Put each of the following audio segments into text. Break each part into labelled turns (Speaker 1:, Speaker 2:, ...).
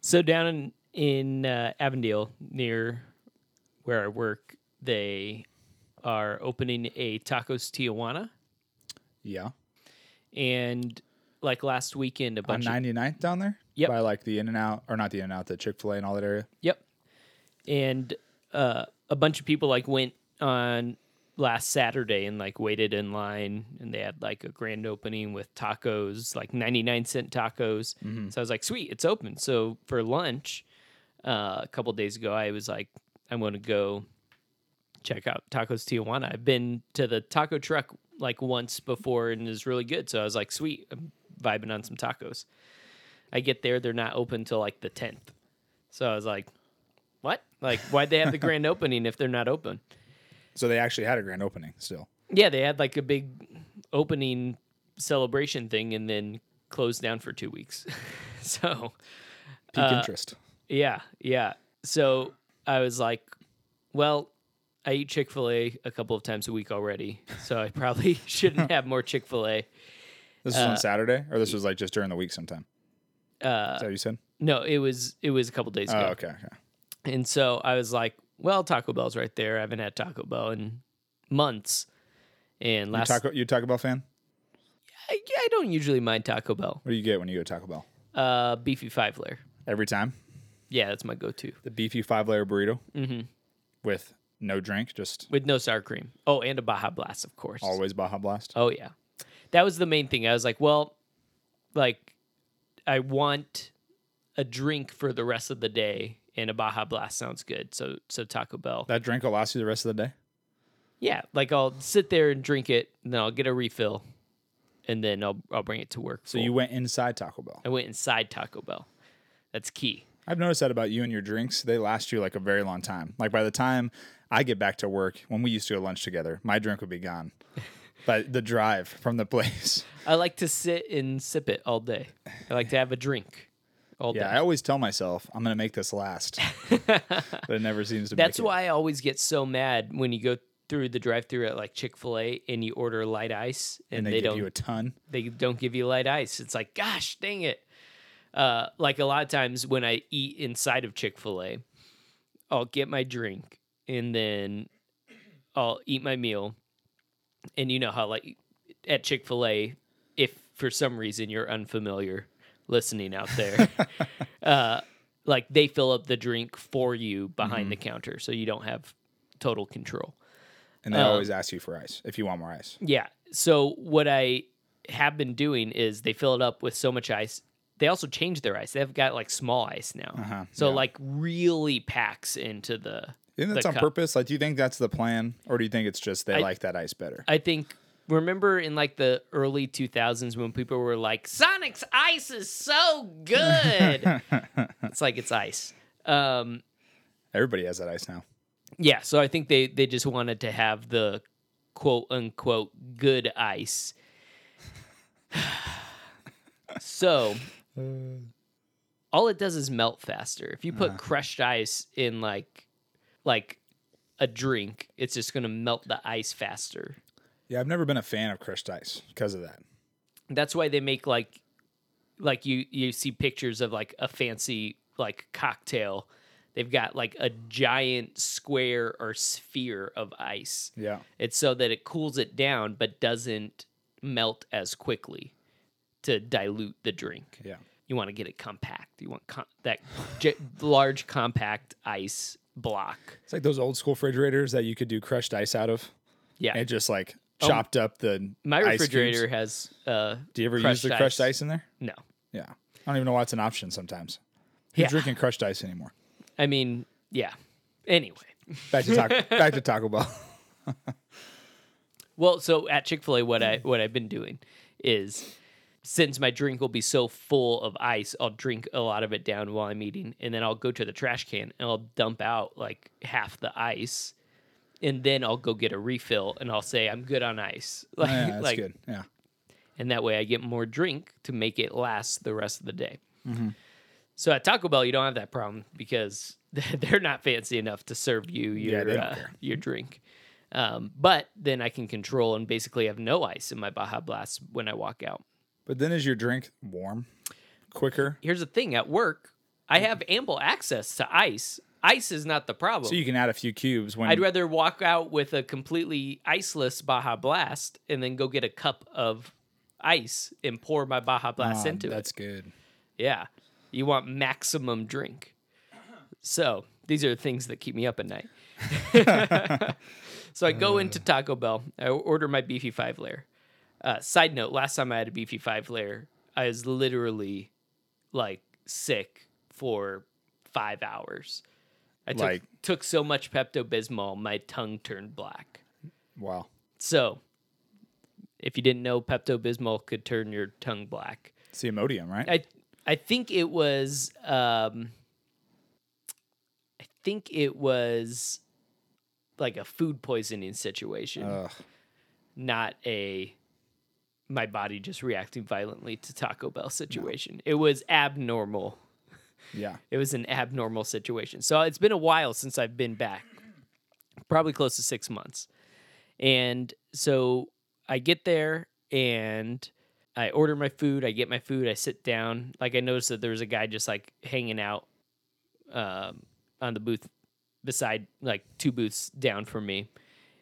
Speaker 1: So down in in uh, Avondale, near where I work, they are opening a Tacos Tijuana,
Speaker 2: Yeah.
Speaker 1: and like last weekend, a
Speaker 2: On
Speaker 1: bunch. of,
Speaker 2: 99th down there?
Speaker 1: Yep.
Speaker 2: By like the In and Out, or not the In and Out, the Chick fil A and all that area.
Speaker 1: yep, and uh, a bunch of people like went on last Saturday and like waited in line, and they had like a grand opening with tacos, like ninety nine cent tacos. So I was like, sweet, it's open. So for lunch, uh, a couple days ago, I was like, I'm going to go check out Tacos Tijuana. I've been to the taco truck like once before and is really good. So I was like, sweet, I'm vibing on some tacos. I get there, they're not open till like the 10th. So I was like, what? Like, why'd they have the grand opening if they're not open?
Speaker 2: So they actually had a grand opening still.
Speaker 1: Yeah, they had like a big opening celebration thing and then closed down for two weeks. so
Speaker 2: Peak
Speaker 1: Uh,
Speaker 2: interest.
Speaker 1: Yeah, yeah. So I was like, well, I eat Chick fil A a couple of times a week already. So I probably shouldn't have more Chick fil A.
Speaker 2: This
Speaker 1: uh,
Speaker 2: was on Saturday, or this was like just during the week sometime. Uh, Is that what you said?
Speaker 1: No, it was it was a couple days
Speaker 2: Oh,
Speaker 1: ago.
Speaker 2: okay, okay.
Speaker 1: And so I was like, well, Taco Bell's right there. I haven't had Taco Bell in months. And
Speaker 2: You
Speaker 1: last
Speaker 2: Taco, you Taco Bell fan?
Speaker 1: I, I don't usually mind Taco Bell.
Speaker 2: What do you get when you go to Taco Bell?
Speaker 1: Uh beefy five layer.
Speaker 2: Every time
Speaker 1: Yeah, that's my go to.
Speaker 2: the beefy five layer burrito
Speaker 1: Mm-hmm.
Speaker 2: with no drink, just
Speaker 1: With no sour cream. Oh, and a Baja Blast, of course.
Speaker 2: always Baja Blast.
Speaker 1: Oh yeah. That was the main thing. I was like, well, like I want a drink for the rest of the day and a Baja Blast sounds good. So so Taco Bell.
Speaker 2: That drink will last you the rest of the day.
Speaker 1: yeah, like I'll sit there and drink it, and then I'll get a refill and then I'll I'll bring it to work.
Speaker 2: So you went inside Taco Bell.
Speaker 1: I went inside Taco Bell. That's key.
Speaker 2: I've noticed that about you and your drinks. They last you like a very long time. Like by the time I get back to work, when we used to go lunch together, my drink would be gone. but the drive from the place.
Speaker 1: I like to sit and sip it all day. I like to have a drink all
Speaker 2: Yeah,
Speaker 1: day.
Speaker 2: I always tell myself I'm gonna make this last, but it never seems to.
Speaker 1: That's
Speaker 2: make it.
Speaker 1: why I always get so mad when you go through the drive-through at like Chick-fil-A and you order light ice and,
Speaker 2: And they, give
Speaker 1: don't
Speaker 2: you a ton.
Speaker 1: they don't give you light ice. It's like, gosh, dang it. Uh, like a lot of times when I eat inside of Chick fil A, I'll get my drink and then I'll eat my meal. And you know how, like, at Chick fil A, if for some reason you're unfamiliar listening out there, uh, like they fill up the drink for you behind the counter. So you don't have total control.
Speaker 2: And they
Speaker 1: Oh.
Speaker 2: always ask you for ice if you want more ice.
Speaker 1: Yeah. So what I have been doing is they fill it up with so much ice. They also change their ice. They've got like small ice now. So like really packs into the.
Speaker 2: Isn't that
Speaker 1: the
Speaker 2: on
Speaker 1: cup.
Speaker 2: purpose? Like, do you think that's the plan, or do you think it's just they like that ice better?
Speaker 1: I think remember in like the early 2000s when people were like Sonic's ice is so good. it's like it's ice. Um
Speaker 2: Everybody has that ice now.
Speaker 1: Yeah, so I think they they just wanted to have the quote unquote good ice. so all it does is melt faster. If you put crushed ice in like like a drink, it's just going to melt the ice faster.
Speaker 2: Yeah, I've never been a fan of crushed ice because of that.
Speaker 1: That's why they make like like you you see pictures of like a fancy like cocktail. They've got like a giant square or sphere of ice.
Speaker 2: Yeah,
Speaker 1: It's so that it cools it down but doesn't melt as quickly to dilute the drink.
Speaker 2: yeah.
Speaker 1: You want to get it compact. You want com- that j- large compact ice block.
Speaker 2: It's like those old school refrigerators that you could do crushed ice out of.
Speaker 1: Yeah.
Speaker 2: and just like chopped up the
Speaker 1: Oh, My
Speaker 2: ice cubes.
Speaker 1: refrigerator has uh
Speaker 2: Do you ever use the crushed ice. in there?
Speaker 1: No.
Speaker 2: Yeah, I don't even know why it's an option sometimes. Who's
Speaker 1: Yeah.
Speaker 2: drinking crushed ice anymore?
Speaker 1: I mean, yeah. Anyway.
Speaker 2: Back to Taco, back to Taco Bell.
Speaker 1: Well, so at Chick-fil-A what
Speaker 2: Mm.
Speaker 1: I what I've been doing is since my drink will be so full of ice, I'll drink a lot of it down while I'm eating, and then I'll go to the trash can and I'll dump out like half the ice, and then I'll go get a refill and I'll say I'm good on ice, like,
Speaker 2: Oh, Yeah, that's
Speaker 1: like-
Speaker 2: good. Yeah,
Speaker 1: and that way I get more drink to make it last the rest of the day.
Speaker 2: Mm-hmm.
Speaker 1: So at Taco Bell, you don't have that problem because they're not fancy enough to serve you
Speaker 2: Yeah,
Speaker 1: your
Speaker 2: they don't
Speaker 1: uh,
Speaker 2: care.
Speaker 1: your drink. Um, but then I can control and basically have no ice in my Baja Blast when I walk out.
Speaker 2: but then is your drink warm quicker?
Speaker 1: Here's the thing: at work, I have ample access to ice. Ice is not the problem.
Speaker 2: So you can add a few cubes when
Speaker 1: I'd rather walk out with a completely iceless Baja Blast and then go get a cup of ice and pour my Baja Blast
Speaker 2: Ah,
Speaker 1: into it.
Speaker 2: That's good.
Speaker 1: Yeah. You want maximum drink. So these are the things that keep me up at night. so I go into Taco Bell. I order my beefy five layer. Uh, side note: Last time I had a beefy five layer, I was literally like sick for five hours. I took,
Speaker 2: Like-
Speaker 1: took so much Pepto Bismol, my tongue turned black.
Speaker 2: Wow.
Speaker 1: So, if you didn't know, Pepto Bismol could turn your tongue black.
Speaker 2: It's the Imodium, right?
Speaker 1: I I think it was um I think it was like a food poisoning situation,
Speaker 2: Ugh.
Speaker 1: not a my body just reacting violently to Taco Bell situation. It was abnormal.
Speaker 2: Yeah.
Speaker 1: It was an abnormal situation. So it's been a while since I've been back, probably close to six months. And so I get there and I order my food. I get my food. I sit down. Like I noticed that there was a guy just like hanging out um, on the booth beside, like two booths down from me.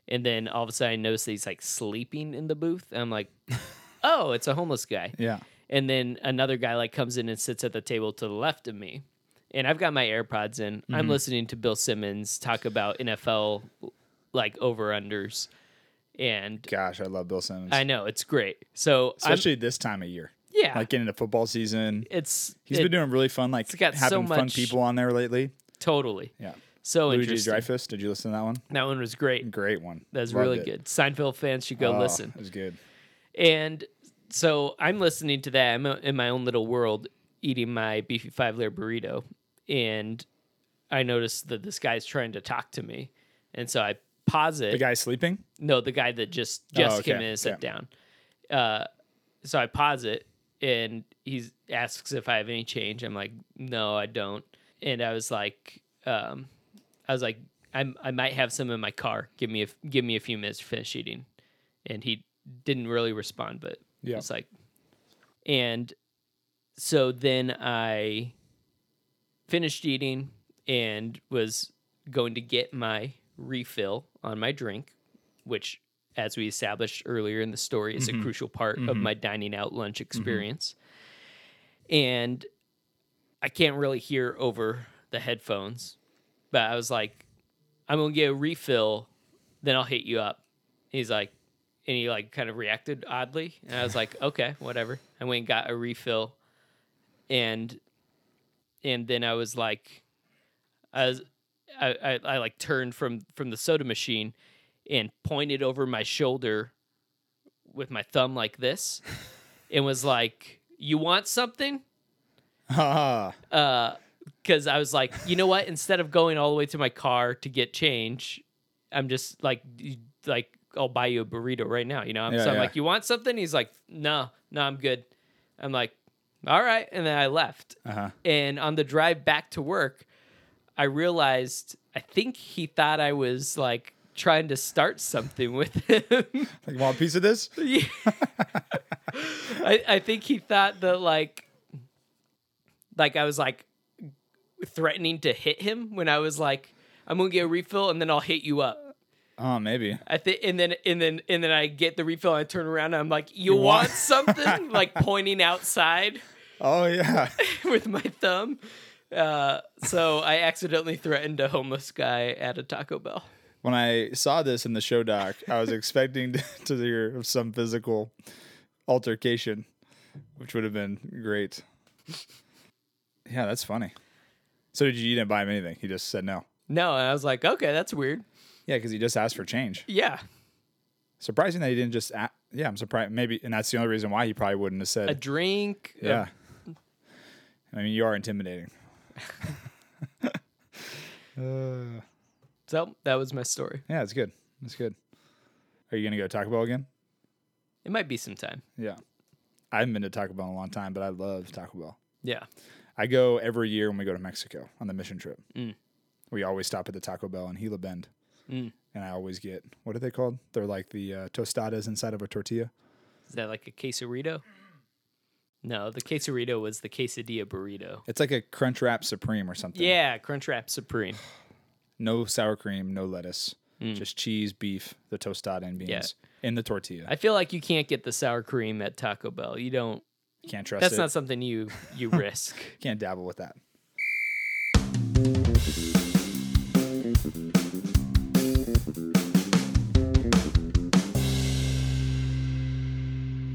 Speaker 1: And then all of a sudden I noticed that he's like sleeping in the booth. And I'm like, oh, it's a homeless guy
Speaker 2: Yeah.
Speaker 1: and then another guy like comes in and sits at the table to the left of me and i've got my airpods in i'm
Speaker 2: Mm-hmm.
Speaker 1: listening to bill simmons talk about nfl like over unders and
Speaker 2: Gosh, I love Bill Simmons.
Speaker 1: i know it's great so I'm,
Speaker 2: Especially this time of year.
Speaker 1: yeah
Speaker 2: Like getting into football season.
Speaker 1: it's
Speaker 2: He's
Speaker 1: it-
Speaker 2: been doing really fun, like
Speaker 1: it's got so
Speaker 2: having fun
Speaker 1: much-
Speaker 2: people on there lately.
Speaker 1: totally
Speaker 2: Yeah.
Speaker 1: so
Speaker 2: Luigi
Speaker 1: interesting
Speaker 2: Dreyfus, did you listen to that one?
Speaker 1: that one was great
Speaker 2: Great one.
Speaker 1: that was
Speaker 2: Loved
Speaker 1: really
Speaker 2: it.
Speaker 1: good seinfeld fans should go
Speaker 2: Oh,
Speaker 1: listen
Speaker 2: It was good.
Speaker 1: And so I'm listening to that. I'm in my own little world eating my beefy five layer burrito. And I notice that this guy's trying to talk to me. And so I pause it.
Speaker 2: The guy sleeping?
Speaker 1: no, the guy that just, just
Speaker 2: Oh, okay.
Speaker 1: came in and sat
Speaker 2: Yeah.
Speaker 1: down. Uh, so I pause it and he asks if I have any change. I'm like, no, I don't. And I was like, um, I was like, I'm, I might have some in my car. Give me a, f- give me a few minutes to finish eating. And he didn't really respond, but
Speaker 2: Yeah.
Speaker 1: it's like, and so then I finished eating and was going to get my refill on my drink, which, as we established earlier in the story, is a crucial part of my dining out lunch experience. And I can't really hear over the headphones, but I was like, I'm gonna get a refill, then I'll hit you up. He's like, and he like kind of reacted oddly, and I was like, okay, whatever. I went and got a refill, and and then I was like, I was, I, I, I like turned from from the soda machine, and pointed over my shoulder, with my thumb like this, and was like, you want something?
Speaker 2: Ah,
Speaker 1: because I was like, you know what? Instead of going all the way to my car to get change, I'm just like, y- like I'll buy you a burrito right now. You know, I'm,
Speaker 2: Yeah,
Speaker 1: so I'm
Speaker 2: yeah.
Speaker 1: like, you want something? He's like, no, no, I'm good. I'm like, all right, and then I left.
Speaker 2: uh-huh.
Speaker 1: And on the drive back to work, I realized I think he thought I was like trying to start something with him.
Speaker 2: Like, want a piece of this?
Speaker 1: Yeah. I, I think he thought that like like I was like threatening to hit him when I was like, I'm gonna get a refill and then I'll hit you up.
Speaker 2: Oh, maybe.
Speaker 1: I think and then and then and then I get the refill and I turn around and I'm like, You,
Speaker 2: want-
Speaker 1: want something? like pointing outside
Speaker 2: Oh, yeah.
Speaker 1: with my thumb. Uh, so I accidentally threatened a homeless guy at a Taco Bell.
Speaker 2: when I saw this in the show doc, I was expecting to, to hear of some physical altercation, which would have been great. Yeah, that's funny. So did you, you didn't buy him anything? He just said no.
Speaker 1: No, and I was like, okay, that's weird.
Speaker 2: Yeah, because he just asked for change.
Speaker 1: Yeah,
Speaker 2: Surprising that he didn't just. a yeah, I'm surprised. Maybe, and that's the only reason why he probably wouldn't have said.
Speaker 1: a drink. a
Speaker 2: yeah. I mean, you are intimidating. uh,
Speaker 1: So that was my story.
Speaker 2: yeah, it's good. It's good. Are you gonna go Taco Bell again?
Speaker 1: It might be some time.
Speaker 2: Yeah. I haven't been to Taco Bell in a long time, but I love Taco Bell.
Speaker 1: Yeah.
Speaker 2: I go every year when we go to Mexico on the mission trip.
Speaker 1: Mm.
Speaker 2: We always stop at the Taco Bell in Gila Bend.
Speaker 1: Mm.
Speaker 2: And I always get, what are they called? They're like the uh, tostadas inside of a tortilla.
Speaker 1: Is that like a quesarito? No, the quesarito was the quesadilla burrito.
Speaker 2: It's like a crunch wrap supreme or something.
Speaker 1: Yeah, Crunchwrap Supreme.
Speaker 2: No sour cream, no lettuce, just cheese, beef, the tostada, and
Speaker 1: Mm.
Speaker 2: beans,
Speaker 1: Yeah.
Speaker 2: and the tortilla.
Speaker 1: I feel like you can't get the sour cream at Taco Bell. You don't.
Speaker 2: Can't trust
Speaker 1: That's
Speaker 2: it.
Speaker 1: not something you you risk.
Speaker 2: Can't dabble with that.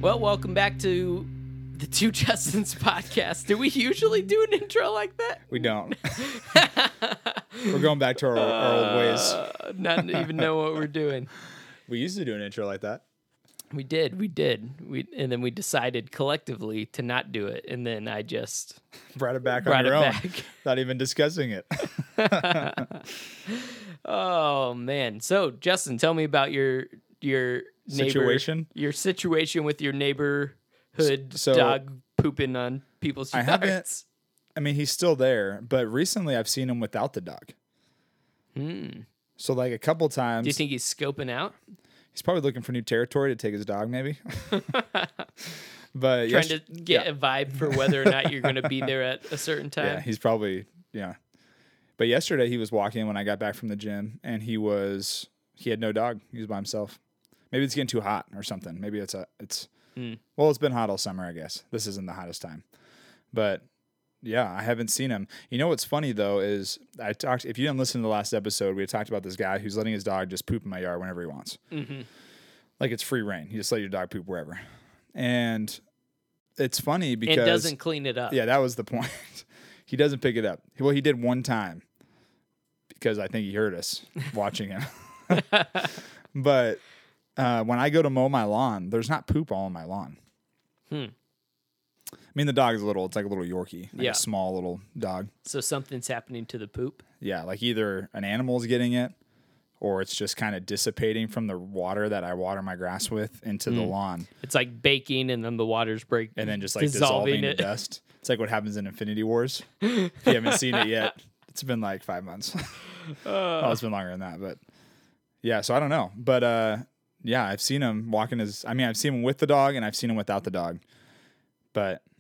Speaker 1: Well, welcome back to the Two Justins podcast. Do we usually do an intro like that?
Speaker 2: We don't. We're going back to our, our old ways.
Speaker 1: Uh, not even know what we're doing.
Speaker 2: We used to do an intro like that.
Speaker 1: We did, we did, we and then we decided collectively to not do it, and then I just
Speaker 2: Brought it back
Speaker 1: brought
Speaker 2: on
Speaker 1: it
Speaker 2: your own.
Speaker 1: back.
Speaker 2: Not even discussing it.
Speaker 1: Oh man! So Justin, tell me about your your neighbor,
Speaker 2: Situation?
Speaker 1: your situation with your neighborhood
Speaker 2: S- so-
Speaker 1: dog pooping on people's
Speaker 2: I
Speaker 1: yards.
Speaker 2: haven't- I mean, he's still there, but recently I've seen him without the dog. So like a couple
Speaker 1: Hmm.
Speaker 2: times,
Speaker 1: Do you think he's scoping out,
Speaker 2: he's probably looking for new territory to take his dog, maybe.
Speaker 1: trying
Speaker 2: but yes-
Speaker 1: to get a vibe for whether or not you're going to be there at a certain
Speaker 2: Yeah,
Speaker 1: time?
Speaker 2: he's probably yeah. But yesterday he was walking when I got back from the gym, and he was he had no dog. He was by himself. Maybe it's getting too hot or something. Maybe it's a it's
Speaker 1: Hmm.
Speaker 2: well, it's been hot all summer, I guess. This isn't the hottest time, but yeah, I haven't seen him. You know what's funny though is I talked. If you didn't listen to the last episode, we had talked about this guy who's letting his dog just poop in my yard whenever he wants.
Speaker 1: Mm-hmm.
Speaker 2: Like it's free reign. You just let your dog poop wherever, and it's funny because
Speaker 1: and doesn't clean it up.
Speaker 2: yeah, that was the point. he doesn't pick it up. Well, he did one time because I think he heard us watching him. but uh, when I go to mow my lawn, there's not poop all on my lawn.
Speaker 1: Hmm.
Speaker 2: I mean, the dog is little. It's like a little Yorkie, like
Speaker 1: Yeah.
Speaker 2: a small little dog.
Speaker 1: So something's happening to the poop.
Speaker 2: Yeah, like either an animal's getting it or it's just kind of dissipating from the water that I water my grass with into
Speaker 1: Hmm.
Speaker 2: the lawn
Speaker 1: It's like baking, and then the water's break,
Speaker 2: and then just like dissolving, to dust. It's like what happens in Infinity Wars. if you haven't seen it yet, it's been like five months. oh, it's been longer than that, but yeah. So I don't know, but uh, yeah, I've seen him walking his. I mean, I've seen him with the dog and I've seen him without the dog, but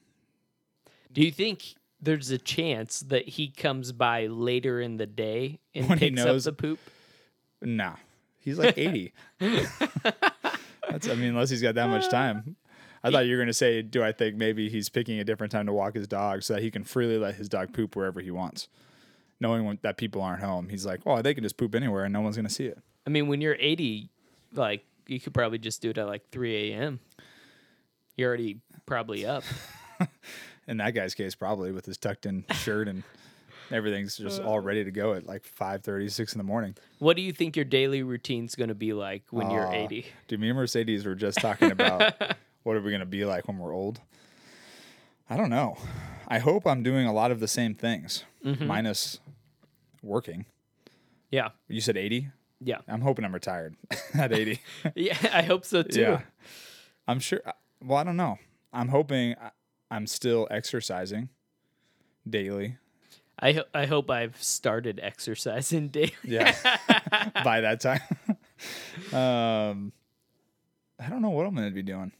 Speaker 1: Do you think there's a chance that he comes by later in the day and
Speaker 2: When he
Speaker 1: picks
Speaker 2: knows-
Speaker 1: up the poop?
Speaker 2: nah, he's like eighty. That's. I mean, unless he's got that much time. I thought you were going to say, do I think maybe he's picking a different time to walk his dog so that he can freely let his dog poop wherever he wants? Knowing when, that people aren't home, he's like, well, they can just poop anywhere and no one's going to see it.
Speaker 1: I mean, when you're 80, like you could probably just do it at like 3 a.m. You're already probably up.
Speaker 2: in that guy's case probably with his tucked in shirt and everything's just all ready to go at like 5.30 6 in the morning
Speaker 1: What do you think your daily routine's going to be like when you're
Speaker 2: Uh,
Speaker 1: 80?
Speaker 2: dude me and mercedes were just talking about what are we going to be like when we're old i don't know i hope i'm doing a lot of the same things
Speaker 1: Mm-hmm.
Speaker 2: minus working
Speaker 1: Yeah,
Speaker 2: you said 80
Speaker 1: yeah,
Speaker 2: i'm hoping i'm retired at 80
Speaker 1: yeah. I hope so too.
Speaker 2: yeah i'm sure uh, well i don't know i'm hoping I- i'm still exercising daily
Speaker 1: I ho- I hope I've started exercising daily.
Speaker 2: Yeah. By that time. um I don't know what I'm gonna be doing.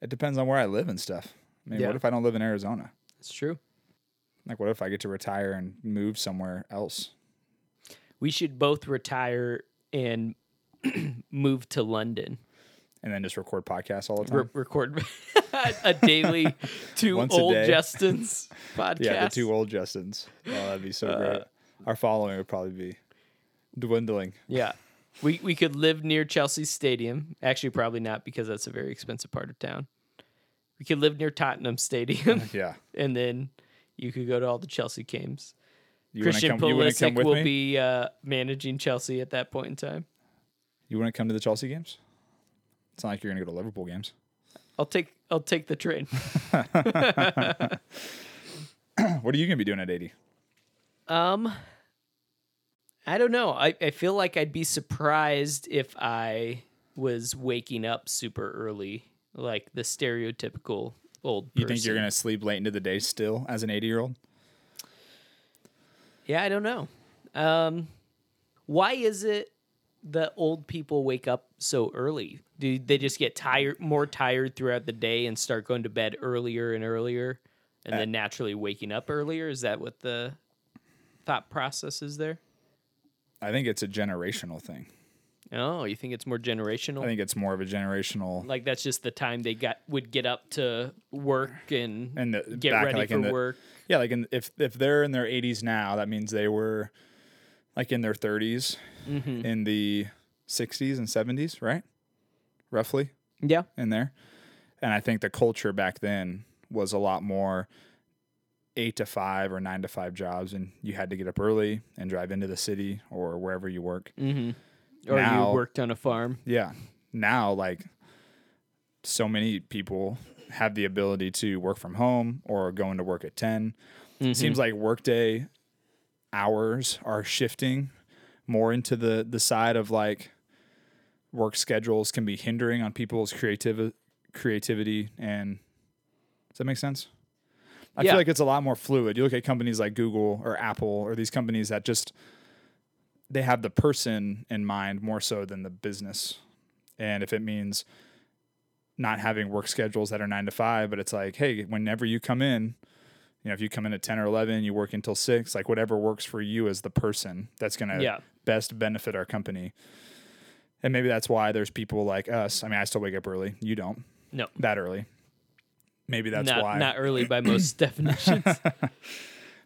Speaker 2: It depends on where I live and stuff. I mean,
Speaker 1: Yeah.
Speaker 2: what if I don't live in Arizona?
Speaker 1: It's true.
Speaker 2: Like what if I get to retire and move somewhere else?
Speaker 1: We should both retire and move to London.
Speaker 2: And then just record podcasts all the time.
Speaker 1: Re- record a daily two
Speaker 2: Once a
Speaker 1: old
Speaker 2: day.
Speaker 1: Justins podcast.
Speaker 2: yeah, the two old Justins. Oh, that'd be so
Speaker 1: Uh,
Speaker 2: great. Our following would probably be dwindling.
Speaker 1: Yeah. We we could live near Chelsea Stadium. Actually, probably not because that's a very expensive part of town. We could live near Tottenham Stadium,
Speaker 2: Yeah.
Speaker 1: and then you could go to all the Chelsea games.
Speaker 2: You
Speaker 1: Christian
Speaker 2: you wanna
Speaker 1: Pulisic
Speaker 2: come with
Speaker 1: will
Speaker 2: me?
Speaker 1: be uh, managing Chelsea at that point in time.
Speaker 2: You wanna come to the Chelsea games? It's not like you're gonna go to Liverpool games.
Speaker 1: I'll take I'll take the train.
Speaker 2: What are you gonna be doing at eighty?
Speaker 1: Um, I don't know. I, I feel like I'd be surprised if I was waking up super early, like the stereotypical old.
Speaker 2: You think
Speaker 1: person.
Speaker 2: you're gonna sleep late into the day still as an eighty year old?
Speaker 1: Yeah, I don't know. Um, why is it the old people wake up so early? Do they just get tired, more tired throughout the day, and start going to bed earlier and earlier,
Speaker 2: Uh,
Speaker 1: and then naturally waking up earlier? Is that what the thought process is there?
Speaker 2: I think it's a generational thing.
Speaker 1: Oh, you think it's more generational?
Speaker 2: I think it's more of a generational
Speaker 1: like that's just the time they got would get up to work and,
Speaker 2: and the,
Speaker 1: get
Speaker 2: back,
Speaker 1: ready
Speaker 2: like,
Speaker 1: for
Speaker 2: in the-
Speaker 1: work.
Speaker 2: Yeah, like in, if if they're in their 80s now, that means they were like in their 30s
Speaker 1: Mm-hmm.
Speaker 2: in the 60s and 70s, right? Roughly
Speaker 1: Yeah.
Speaker 2: in there. And I think the culture back then was a lot more eight to five or nine to five jobs, and you had to get up early and drive into the city or wherever you work.
Speaker 1: Mm. Mm-hmm. Or
Speaker 2: Now-
Speaker 1: you worked on a farm.
Speaker 2: Yeah. Now, like, so many people have the ability to work from home or going to work at 10. Seems like workday hours are shifting more into the, the side of like work schedules can be hindering on people's creativ- creativity. And does that make sense? I
Speaker 1: Yeah.
Speaker 2: feel like it's a lot more fluid. You look at companies like Google or Apple or these companies that just they have the person in mind more so than the business. And if it means not having work schedules that are nine to five, but it's like, hey, whenever you come in, you know, if you come in at 10 or 11, you work until six, like whatever works for you as the person that's going to
Speaker 1: Yeah.
Speaker 2: best benefit our company. And maybe that's why there's people like us. I mean, I still wake up early. You don't
Speaker 1: No.
Speaker 2: that early. Maybe that's
Speaker 1: not
Speaker 2: why.
Speaker 1: not early by most definitions.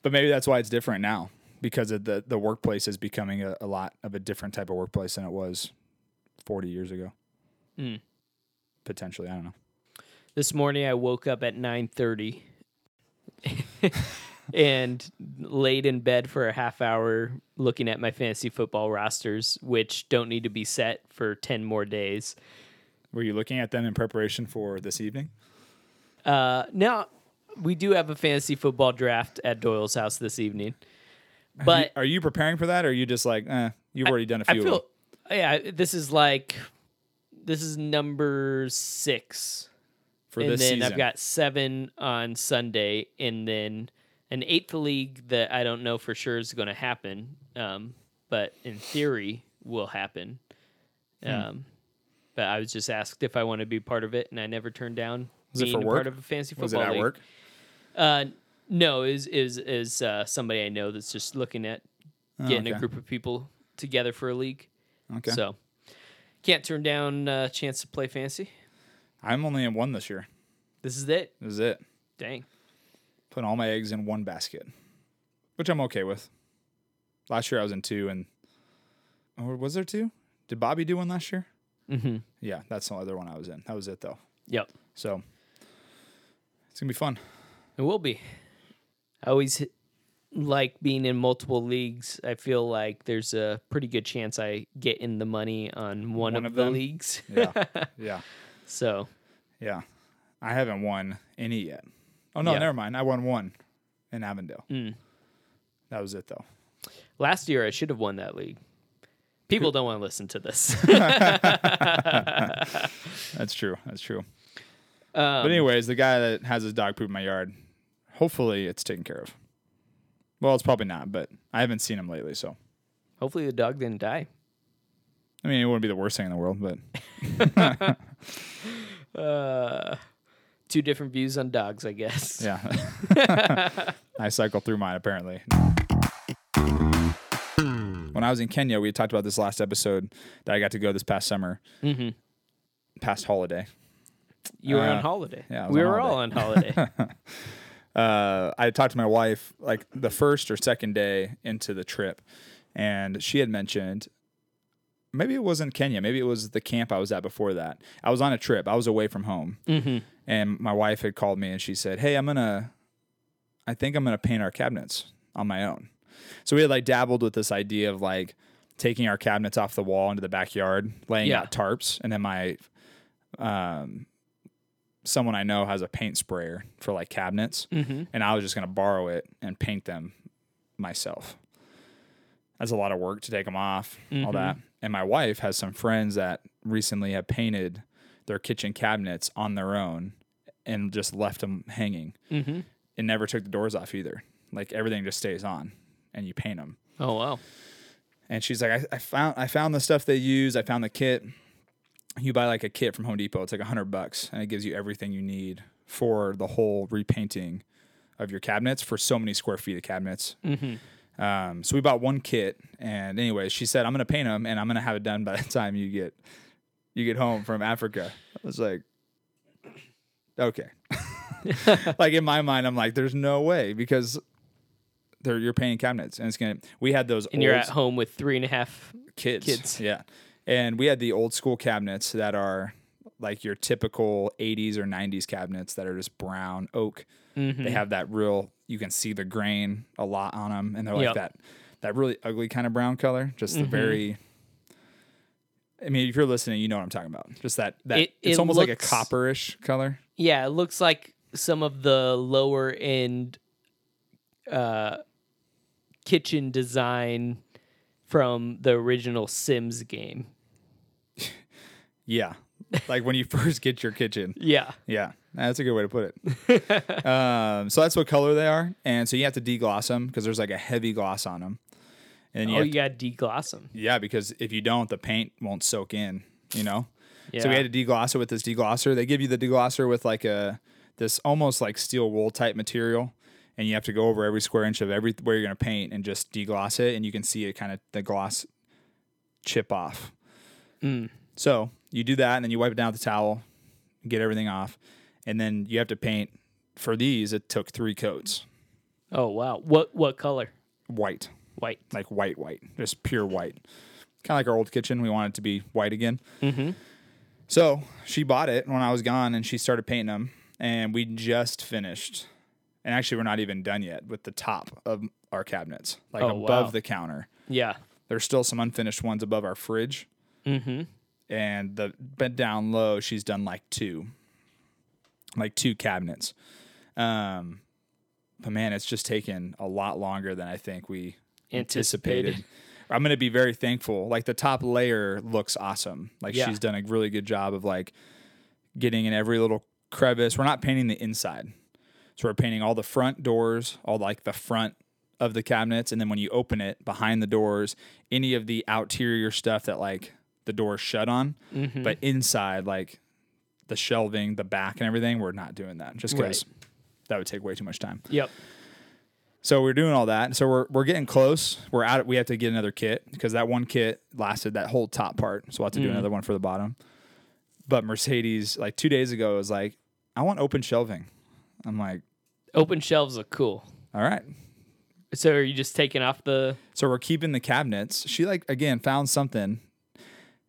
Speaker 2: But maybe that's why it's different now because of the the workplace is becoming a, a lot of a different type of workplace than it was 40 years ago.
Speaker 1: Mm.
Speaker 2: Potentially, I don't know.
Speaker 1: this morning I woke up at 9:30 and laid in bed for a half hour looking at my fantasy football rosters which don't need to be set for 10 more days.
Speaker 2: Were you looking at them in preparation for this evening?
Speaker 1: Uh now we do have a fantasy football draft at Doyle's house this evening. But
Speaker 2: Are you preparing for that, or are you just like, eh, you've already done a
Speaker 1: I
Speaker 2: few? of them?
Speaker 1: feel yeah, this is like this is number 6
Speaker 2: for
Speaker 1: and
Speaker 2: this
Speaker 1: then
Speaker 2: season.
Speaker 1: I've got seven on Sunday, and then an eighth league that I don't know for sure is going to happen, um, but in theory will happen.
Speaker 2: Hmm.
Speaker 1: Um, but I was just asked if I want to be part of it, and I never turned down
Speaker 2: Was it
Speaker 1: being
Speaker 2: for
Speaker 1: a
Speaker 2: work?
Speaker 1: part of a fancy football
Speaker 2: was it at
Speaker 1: league.
Speaker 2: work?
Speaker 1: Uh, no, is is is uh, somebody I know that's just looking at getting a
Speaker 2: Oh, okay.
Speaker 1: group of people together for a league.
Speaker 2: Okay,
Speaker 1: So can't turn down a chance to play fancy.
Speaker 2: I'm only in one this year.
Speaker 1: This is it.
Speaker 2: This is it.
Speaker 1: Dang.
Speaker 2: Putting all my eggs in one basket, which I'm okay with. Last year I was in two, and or was there two? Did Bobby do one last year?
Speaker 1: hmm
Speaker 2: Yeah, that's the other one I was in. That was it though.
Speaker 1: Yep.
Speaker 2: So it's gonna be fun.
Speaker 1: It will be. I always h- like being in multiple leagues. I feel like there's a pretty good chance I get in the money on one,
Speaker 2: One
Speaker 1: of,
Speaker 2: of
Speaker 1: the
Speaker 2: them?
Speaker 1: leagues.
Speaker 2: Yeah, yeah,
Speaker 1: so,
Speaker 2: yeah. I haven't won any yet. Oh no,
Speaker 1: Yeah.
Speaker 2: never mind. I won one in Avondale.
Speaker 1: Mm.
Speaker 2: That was it though.
Speaker 1: last year I should have won that league. People don't want to listen to this.
Speaker 2: That's true. That's true.
Speaker 1: um,
Speaker 2: but anyways, the guy that has his dog poop in my yard, hopefully it's taken care of. Well, it's probably not, but I haven't seen him lately, so
Speaker 1: hopefully the dog didn't die.
Speaker 2: I mean it wouldn't be the worst thing in the world, but
Speaker 1: Uh, two different views on dogs, I guess.
Speaker 2: yeah. I cycle through mine apparently. When I was in Kenya, we talked about this last episode that I got to go this past summer,
Speaker 1: hmm
Speaker 2: past holiday.
Speaker 1: You were on
Speaker 2: Uh,
Speaker 1: holiday.
Speaker 2: yeah, I was
Speaker 1: we
Speaker 2: on
Speaker 1: were all on holiday.
Speaker 2: uh, I talked to my wife like the first or second day into the trip, and she had mentioned maybe it wasn't Kenya, maybe it was the camp I was at before that. I was on a trip, I was away from home, and my wife had called me and she said, "Hey, I'm gonna, I think I'm gonna paint our cabinets on my own." So we had like dabbled with this idea of like taking our cabinets off the wall into the backyard, laying
Speaker 1: Yeah.
Speaker 2: out tarps, and then my um someone I know has a paint sprayer for like cabinets
Speaker 1: hmm
Speaker 2: and I was just going to borrow it and paint them myself. That's a lot of work to take them off, all that. And my wife has some friends that recently have painted their kitchen cabinets on their own and just left them hanging
Speaker 1: hmm
Speaker 2: and never took the doors off either. Like everything just stays on and you paint them.
Speaker 1: Oh, wow.
Speaker 2: and she's like, I, I found I found the stuff they use. I found the kit. You buy like a kit from Home Depot. It's like a hundred bucks, and it gives you everything you need for the whole repainting of your cabinets for so many square feet of cabinets.
Speaker 1: Mm-hmm.
Speaker 2: Um, so we bought one kit, and anyway, she said, "I'm gonna paint them, and I'm gonna have it done by the time you get you get home from Africa." I was like, "Okay." like in my mind, I'm like, "There's no way," because they're you're painting cabinets, and it's gonna. We had those.
Speaker 1: and you're
Speaker 2: old-
Speaker 1: at home with three and a half.
Speaker 2: kids.
Speaker 1: Kids.
Speaker 2: Yeah. And we had the old school cabinets that are like your typical 80s or 90s cabinets that are just brown oak.
Speaker 1: Mm-hmm.
Speaker 2: They have that real you can see the grain a lot on them and they're like
Speaker 1: Yep. Mm-hmm.
Speaker 2: that that really ugly kind of brown color, just the very I mean, if you're listening, you know what I'm talking about. Just that that
Speaker 1: It-
Speaker 2: it's
Speaker 1: it
Speaker 2: almost like a
Speaker 1: looks-
Speaker 2: copperish color.
Speaker 1: Yeah, it looks like some of the lower end uh, kitchen design from the original Sims game.
Speaker 2: Yeah. like when you first get your kitchen.
Speaker 1: Yeah.
Speaker 2: Yeah, that's a good way to put it. um, so that's what color they are, and so you have to degloss them because there's like a heavy gloss on them. And you
Speaker 1: oh,
Speaker 2: have
Speaker 1: you
Speaker 2: to-
Speaker 1: got to degloss them.
Speaker 2: yeah, because if you don't, the paint won't soak in. You know,
Speaker 1: Yeah.
Speaker 2: so we had to degloss it with this deglosser. They give you the deglosser with like a this almost like steel wool type material, and you have to go over every square inch of every where you're gonna paint and just degloss it, and you can see it kind of the gloss chip off. So you do that, and then you wipe it down with a towel, get everything off, and then you have to paint. For these, it took three coats,
Speaker 1: oh wow. What what color?
Speaker 2: white,
Speaker 1: White.
Speaker 2: like white, white, just pure white, kind of like our old kitchen. We want it to be white again.
Speaker 1: Mm-hmm.
Speaker 2: So she bought it when I was gone, and she started painting them. And we just finished, and actually, we're not even done yet with the top of our cabinets, like
Speaker 1: Oh,
Speaker 2: above
Speaker 1: wow.
Speaker 2: the counter.
Speaker 1: Yeah.
Speaker 2: There's still some unfinished ones above our fridge,
Speaker 1: Mm-hmm.
Speaker 2: and the bent down low, she's done like two, like two cabinets. Um, but man, it's just taken a lot longer than I think we anticipated. I'm gonna be very thankful. Like the top layer looks awesome. Like
Speaker 1: Yeah.
Speaker 2: she's done a really good job of like getting in every little crevice. We're not painting the inside, so we're painting all the front doors, all like the front of the cabinets, and then when you open it behind the doors, any of the outerior stuff that like the doors shut on, but inside like the shelving, the back, and everything, we're not doing that just because that would take way too much time.
Speaker 1: Yep.
Speaker 2: So we're doing all that. So we're we're getting close. We're out. We have to get another kit because that one kit lasted that whole top part. So we'll have to do another one for the bottom. But Mercedes, like two days ago, was like, "I want open shelving." I'm like,
Speaker 1: Open shelves look cool.
Speaker 2: "All right."
Speaker 1: So are you just taking off the?
Speaker 2: So we're keeping the cabinets. She like again found something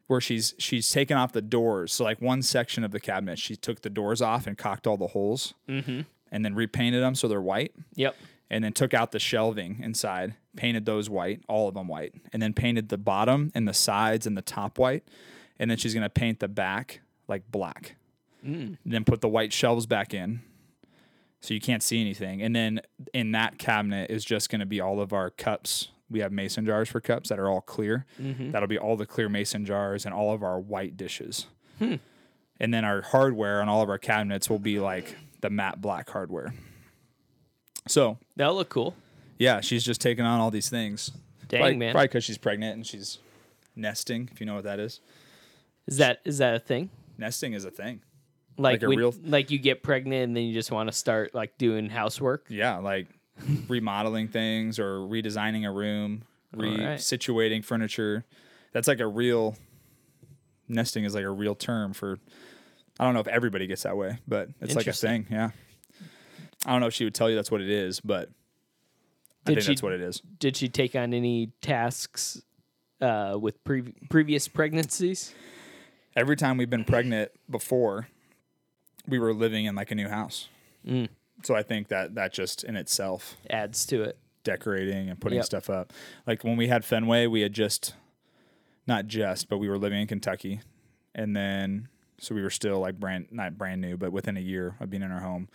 Speaker 2: where she's she's taken off the doors. So like one section of the cabinet, she took the doors off and cocked all the holes, and then repainted them so they're white.
Speaker 1: Yep.
Speaker 2: and then took out the shelving inside, painted those white, all of them white, and then painted the bottom and the sides and the top white, and then she's gonna paint the back like black, and then put the white shelves back in, so you can't see anything. And then in that cabinet is just gonna be all of our cups. We have mason jars for cups that are all clear. That'll be all the clear mason jars and all of our white dishes. And then our hardware on all of our cabinets will be like the matte black hardware. So
Speaker 1: That'll look cool.
Speaker 2: yeah, she's just taking on all these things.
Speaker 1: Dang,
Speaker 2: probably,
Speaker 1: man.
Speaker 2: because she's pregnant and she's nesting. If you know what that is,
Speaker 1: Is that is that a thing?
Speaker 2: nesting is a thing.
Speaker 1: Like,
Speaker 2: Like a
Speaker 1: when-
Speaker 2: real-
Speaker 1: like you get pregnant and then you just want to start like doing housework.
Speaker 2: Yeah, like remodeling things or redesigning a room,
Speaker 1: right.
Speaker 2: resituating furniture. That's like a real nesting is like a real term for. I don't know if everybody gets that way, but it's like a
Speaker 1: Interesting.
Speaker 2: thing. Yeah, I don't know if she would tell you that's what it is, but I
Speaker 1: Did
Speaker 2: think
Speaker 1: she-
Speaker 2: that's what it is.
Speaker 1: Did she take on any tasks uh, with pre- previous pregnancies?
Speaker 2: every time we've been pregnant before, we were living in like a new house. So I think that that just in itself,
Speaker 1: Adds to it.
Speaker 2: decorating and putting
Speaker 1: Yep.
Speaker 2: stuff up. Like when we had Fenway, we had just, not just, but we were living in Kentucky, and then so we were still like brand not brand new, but within a year of being in our home.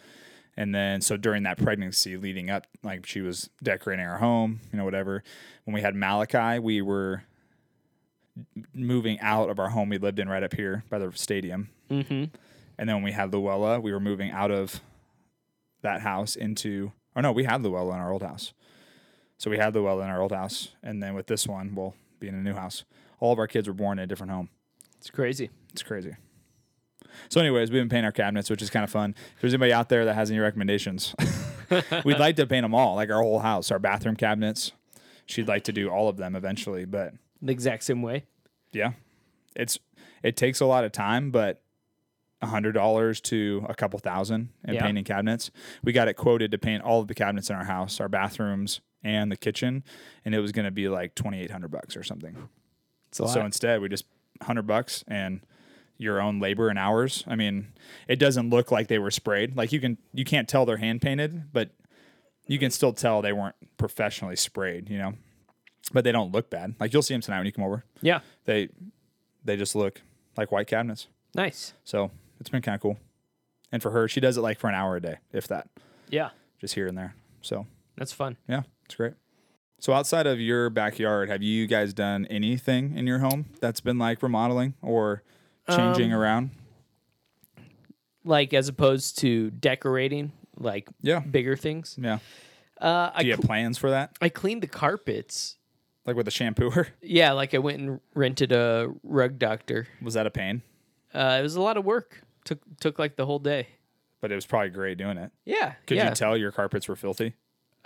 Speaker 2: And then, so during that pregnancy leading up, like she was decorating our home, you know, whatever. When we had Malachi, we were moving out of our home we lived in right up here by the stadium.
Speaker 1: Mm-hmm.
Speaker 2: And then when we had Luella, we were moving out of that house into, oh, or no, we had Luella in our old house. So we had Luella in our old house. And then with this one, we'll being in a new house. All of our kids were born in a different home.
Speaker 1: It's crazy.
Speaker 2: It's crazy. So, anyways, we've been painting our cabinets, which is kind of fun. If there's anybody out there that has any recommendations, we'd like to paint them all, like our whole house, our bathroom cabinets. She'd like to do all of them eventually, but
Speaker 1: The exact same way.
Speaker 2: yeah, it's it takes a lot of time, but a hundred dollars to a couple thousand in
Speaker 1: Yeah.
Speaker 2: painting cabinets. We got it quoted to paint all of the cabinets in our house, our bathrooms, and the kitchen, and it was going to be like twenty eight hundred bucks or something.
Speaker 1: It's a lot.
Speaker 2: So instead, we just hundred bucks and your own labor and hours. I mean, it doesn't look like they were sprayed. Like you can you can't tell they're hand painted, but you can still tell they weren't professionally sprayed. You know, but they don't look bad. Like you'll see them tonight when you come over.
Speaker 1: yeah.
Speaker 2: They they just look like white cabinets.
Speaker 1: Nice.
Speaker 2: So it's been kind of cool. And for her, she does it like for an hour a day, if that,
Speaker 1: Yeah.
Speaker 2: just here and there. So
Speaker 1: That's fun.
Speaker 2: yeah, it's great. So outside of your backyard, have you guys done anything in your home that's been like remodeling or changing
Speaker 1: Um,
Speaker 2: around?
Speaker 1: Like as opposed to decorating, like
Speaker 2: Yeah.
Speaker 1: bigger things.
Speaker 2: Yeah.
Speaker 1: Uh, I
Speaker 2: Do you have
Speaker 1: cl-
Speaker 2: plans for that?
Speaker 1: I cleaned the carpets.
Speaker 2: Like with a shampooer?
Speaker 1: Yeah, like I went and rented a rug doctor.
Speaker 2: Was that a pain?
Speaker 1: Uh, it was a lot of work. Took took like the whole day.
Speaker 2: But it was probably great doing it.
Speaker 1: Yeah.
Speaker 2: Could
Speaker 1: yeah.
Speaker 2: you tell your carpets were filthy?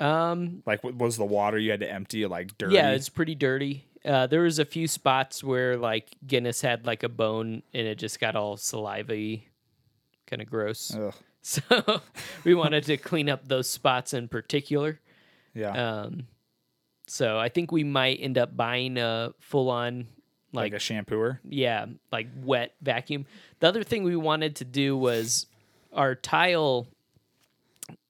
Speaker 1: Um,
Speaker 2: Like, w- was the water you had to empty like dirty?
Speaker 1: yeah, it's pretty dirty. Uh, there was a few spots where like Guinness had like a bone and it just got all salivary, kind of gross.
Speaker 2: Ugh.
Speaker 1: So we wanted to clean up those spots in particular.
Speaker 2: Yeah.
Speaker 1: Um, so I think we might end up buying a full on like,
Speaker 2: like, a shampooer?
Speaker 1: yeah, like wet vacuum. The other thing we wanted to do was our tile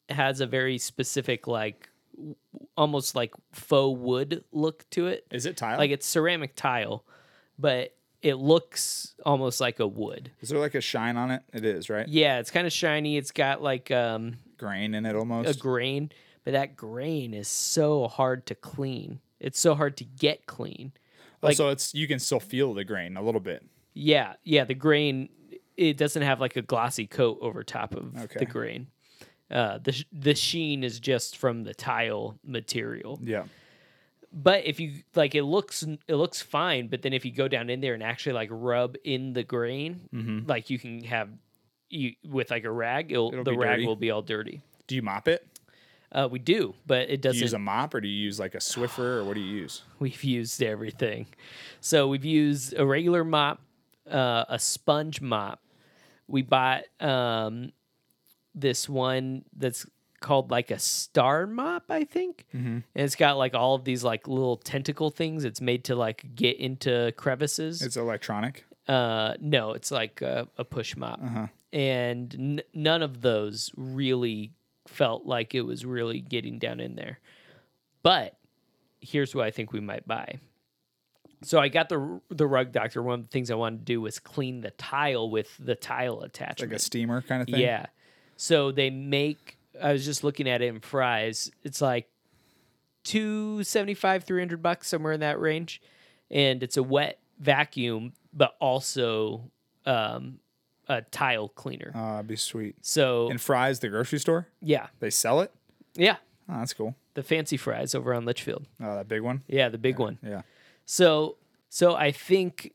Speaker 1: has a very specific like w- almost like faux wood look to it.
Speaker 2: Is it tile?
Speaker 1: Like it's ceramic tile, but it looks almost like a wood.
Speaker 2: is there like a shine on it? It is, right?
Speaker 1: Yeah, it's kind of shiny. It's got like um
Speaker 2: Grain in it almost.
Speaker 1: a grain, but that grain is so hard to clean. It's so hard to get clean.
Speaker 2: Oh,
Speaker 1: like-
Speaker 2: so it's you can still feel the grain a little bit.
Speaker 1: Yeah, yeah, the grain it doesn't have like a glossy coat over top of
Speaker 2: Okay.
Speaker 1: the grain. Uh, the sh- the sheen is just from the tile material.
Speaker 2: Yeah.
Speaker 1: But if you like, it looks it looks fine. But then if you go down in there and actually like rub in the grain, like you can have you with like a rag, it'll,
Speaker 2: Mm-hmm. It'll
Speaker 1: the
Speaker 2: be
Speaker 1: rag
Speaker 2: dirty.
Speaker 1: will be all dirty.
Speaker 2: Do you mop it?
Speaker 1: Uh, we do, but it
Speaker 2: Do you
Speaker 1: doesn't.
Speaker 2: use a mop or do you use like a Swiffer or what do you use?
Speaker 1: we've used everything. So we've used a regular mop, uh, a sponge mop. We bought um, this one that's called like a star mop, I think, and it's got like all of these like little tentacle things. It's made to like get into crevices.
Speaker 2: It's electronic.
Speaker 1: uh, no, it's like a, a push mop,
Speaker 2: Uh-huh.
Speaker 1: and n- none of those really felt like it was really getting down in there. But here's what I think we might buy. So I got the the rug doctor. One of the things I wanted to do was clean the tile with the tile
Speaker 2: Like
Speaker 1: attachment.
Speaker 2: a steamer kind of thing.
Speaker 1: yeah. So they make. I was just looking at it in fries. It's like two seventy five, three hundred bucks somewhere in that range, and it's a wet vacuum, but also um, a tile cleaner.
Speaker 2: Oh, that'd be sweet.
Speaker 1: So
Speaker 2: And fries the grocery store?
Speaker 1: yeah,
Speaker 2: They sell it?
Speaker 1: yeah,
Speaker 2: Oh, that's cool.
Speaker 1: the fancy fries over on Litchfield.
Speaker 2: Oh, that big one?
Speaker 1: Yeah, the big one.
Speaker 2: Yeah.
Speaker 1: So so I think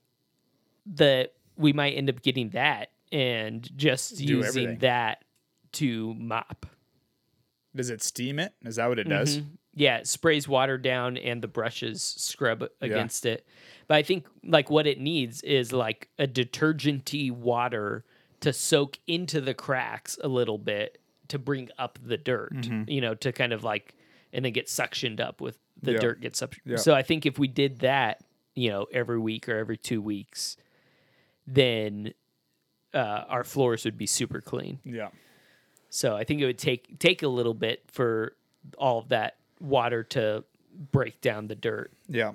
Speaker 1: that we might end up getting that and just using
Speaker 2: everything.
Speaker 1: that to mop.
Speaker 2: Does it steam it? Is that what it does?
Speaker 1: Mm-hmm. Yeah, it sprays water down and the brushes scrub against it. But I think like what it needs is like a detergenty water to soak into the cracks a little bit to bring up the dirt,
Speaker 2: Mm-hmm.
Speaker 1: you know, to kind of like and then get suctioned up with the
Speaker 2: Yeah.
Speaker 1: dirt gets up.
Speaker 2: Yeah.
Speaker 1: So I think if we did that, you know, every week or every two weeks, then uh, our floors would be super clean.
Speaker 2: Yeah.
Speaker 1: So I think it would take take a little bit for all of that water to break down the dirt.
Speaker 2: Yeah.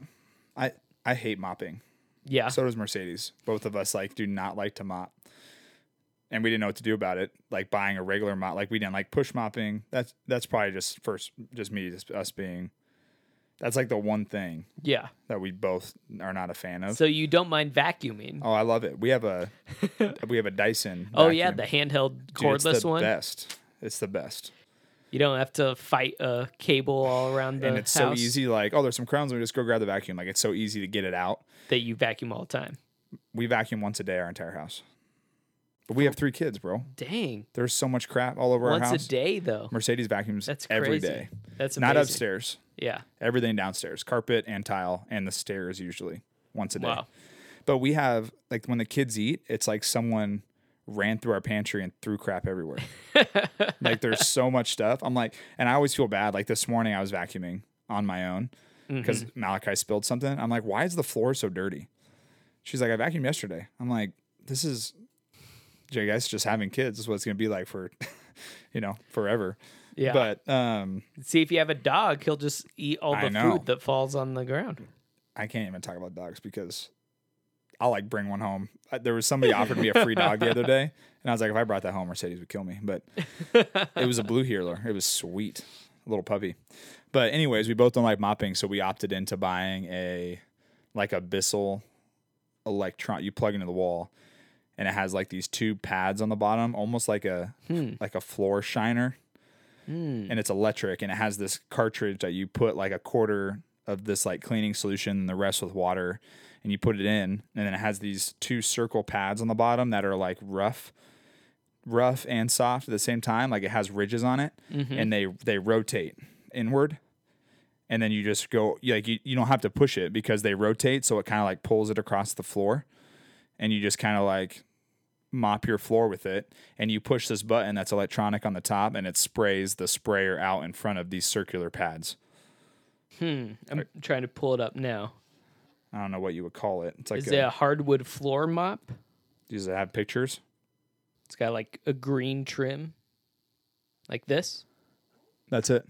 Speaker 2: I I hate mopping.
Speaker 1: Yeah.
Speaker 2: So does Mercedes. Both of us like do not like to mop. And we didn't know what to do about it. Like buying a regular mop, like we didn't like push mopping. That's that's probably just first just me, just us being that's like the one thing
Speaker 1: yeah.
Speaker 2: that we both are not a fan of.
Speaker 1: So you don't mind vacuuming.
Speaker 2: oh, I love it. We have a we have a Dyson.
Speaker 1: oh yeah, the
Speaker 2: vacuum.
Speaker 1: handheld
Speaker 2: Dude, it's
Speaker 1: cordless
Speaker 2: the
Speaker 1: one.
Speaker 2: Best. It's the best.
Speaker 1: You don't have to fight a cable all around the
Speaker 2: and it's
Speaker 1: house
Speaker 2: so easy. Like, oh, there's some crowns. Let me just go grab the vacuum. Like, it's so easy to get it out.
Speaker 1: that you vacuum all the time.
Speaker 2: We vacuum once a day our entire house, but we have three kids, bro.
Speaker 1: Dang.
Speaker 2: There's so much crap all over
Speaker 1: Once
Speaker 2: our house.
Speaker 1: a day though.
Speaker 2: Mercedes vacuums
Speaker 1: That's crazy.
Speaker 2: every day.
Speaker 1: That's amazing.
Speaker 2: Not upstairs.
Speaker 1: Yeah.
Speaker 2: Everything downstairs, carpet and tile, and the stairs usually once a day.
Speaker 1: Wow.
Speaker 2: But we have like when the kids eat, it's like someone ran through our pantry and threw crap everywhere. like there's so much stuff. I'm like, and I always feel bad. Like this morning, I was vacuuming on my own
Speaker 1: Mm-hmm.
Speaker 2: because Malachi spilled something. I'm like, why is the floor so dirty? She's like, I vacuumed yesterday. I'm like, this is, I guess, just having kids is what it's gonna be like for, you know, forever.
Speaker 1: Yeah.
Speaker 2: But um,
Speaker 1: See if you have a dog, he'll just eat all
Speaker 2: I
Speaker 1: the
Speaker 2: know.
Speaker 1: food that falls on the ground.
Speaker 2: I can't even talk about dogs because I'll like bring one home. Uh, There was somebody offered me a free dog the other day, and I was like, if I brought that home, Mercedes would kill me. But it was a blue healer. It was sweet, little puppy. But anyways, we both don't like mopping, so we opted into buying a like a Bissell electron. You plug into the wall, and it has like these two pads on the bottom, almost like a like a floor shiner and it's electric and it has this cartridge that you put like a quarter of this like cleaning solution and the rest with water and you put it in and then it has these two circle pads on the bottom that are like rough rough and soft at the same time like it has ridges on it and they they rotate inward and then you just go you- like you, you don't have to push it because they rotate so it kind of like pulls it across the floor and you just kind of like mop your floor with it and you push this button that's electronic on the top and it sprays the sprayer out in front of these circular pads
Speaker 1: Hmm. I'm trying to pull it up now.
Speaker 2: i don't know what you would call it it's like
Speaker 1: Is
Speaker 2: a,
Speaker 1: it a hardwood floor mop?
Speaker 2: does it have pictures
Speaker 1: It's got like a green trim. Like this?
Speaker 2: that's it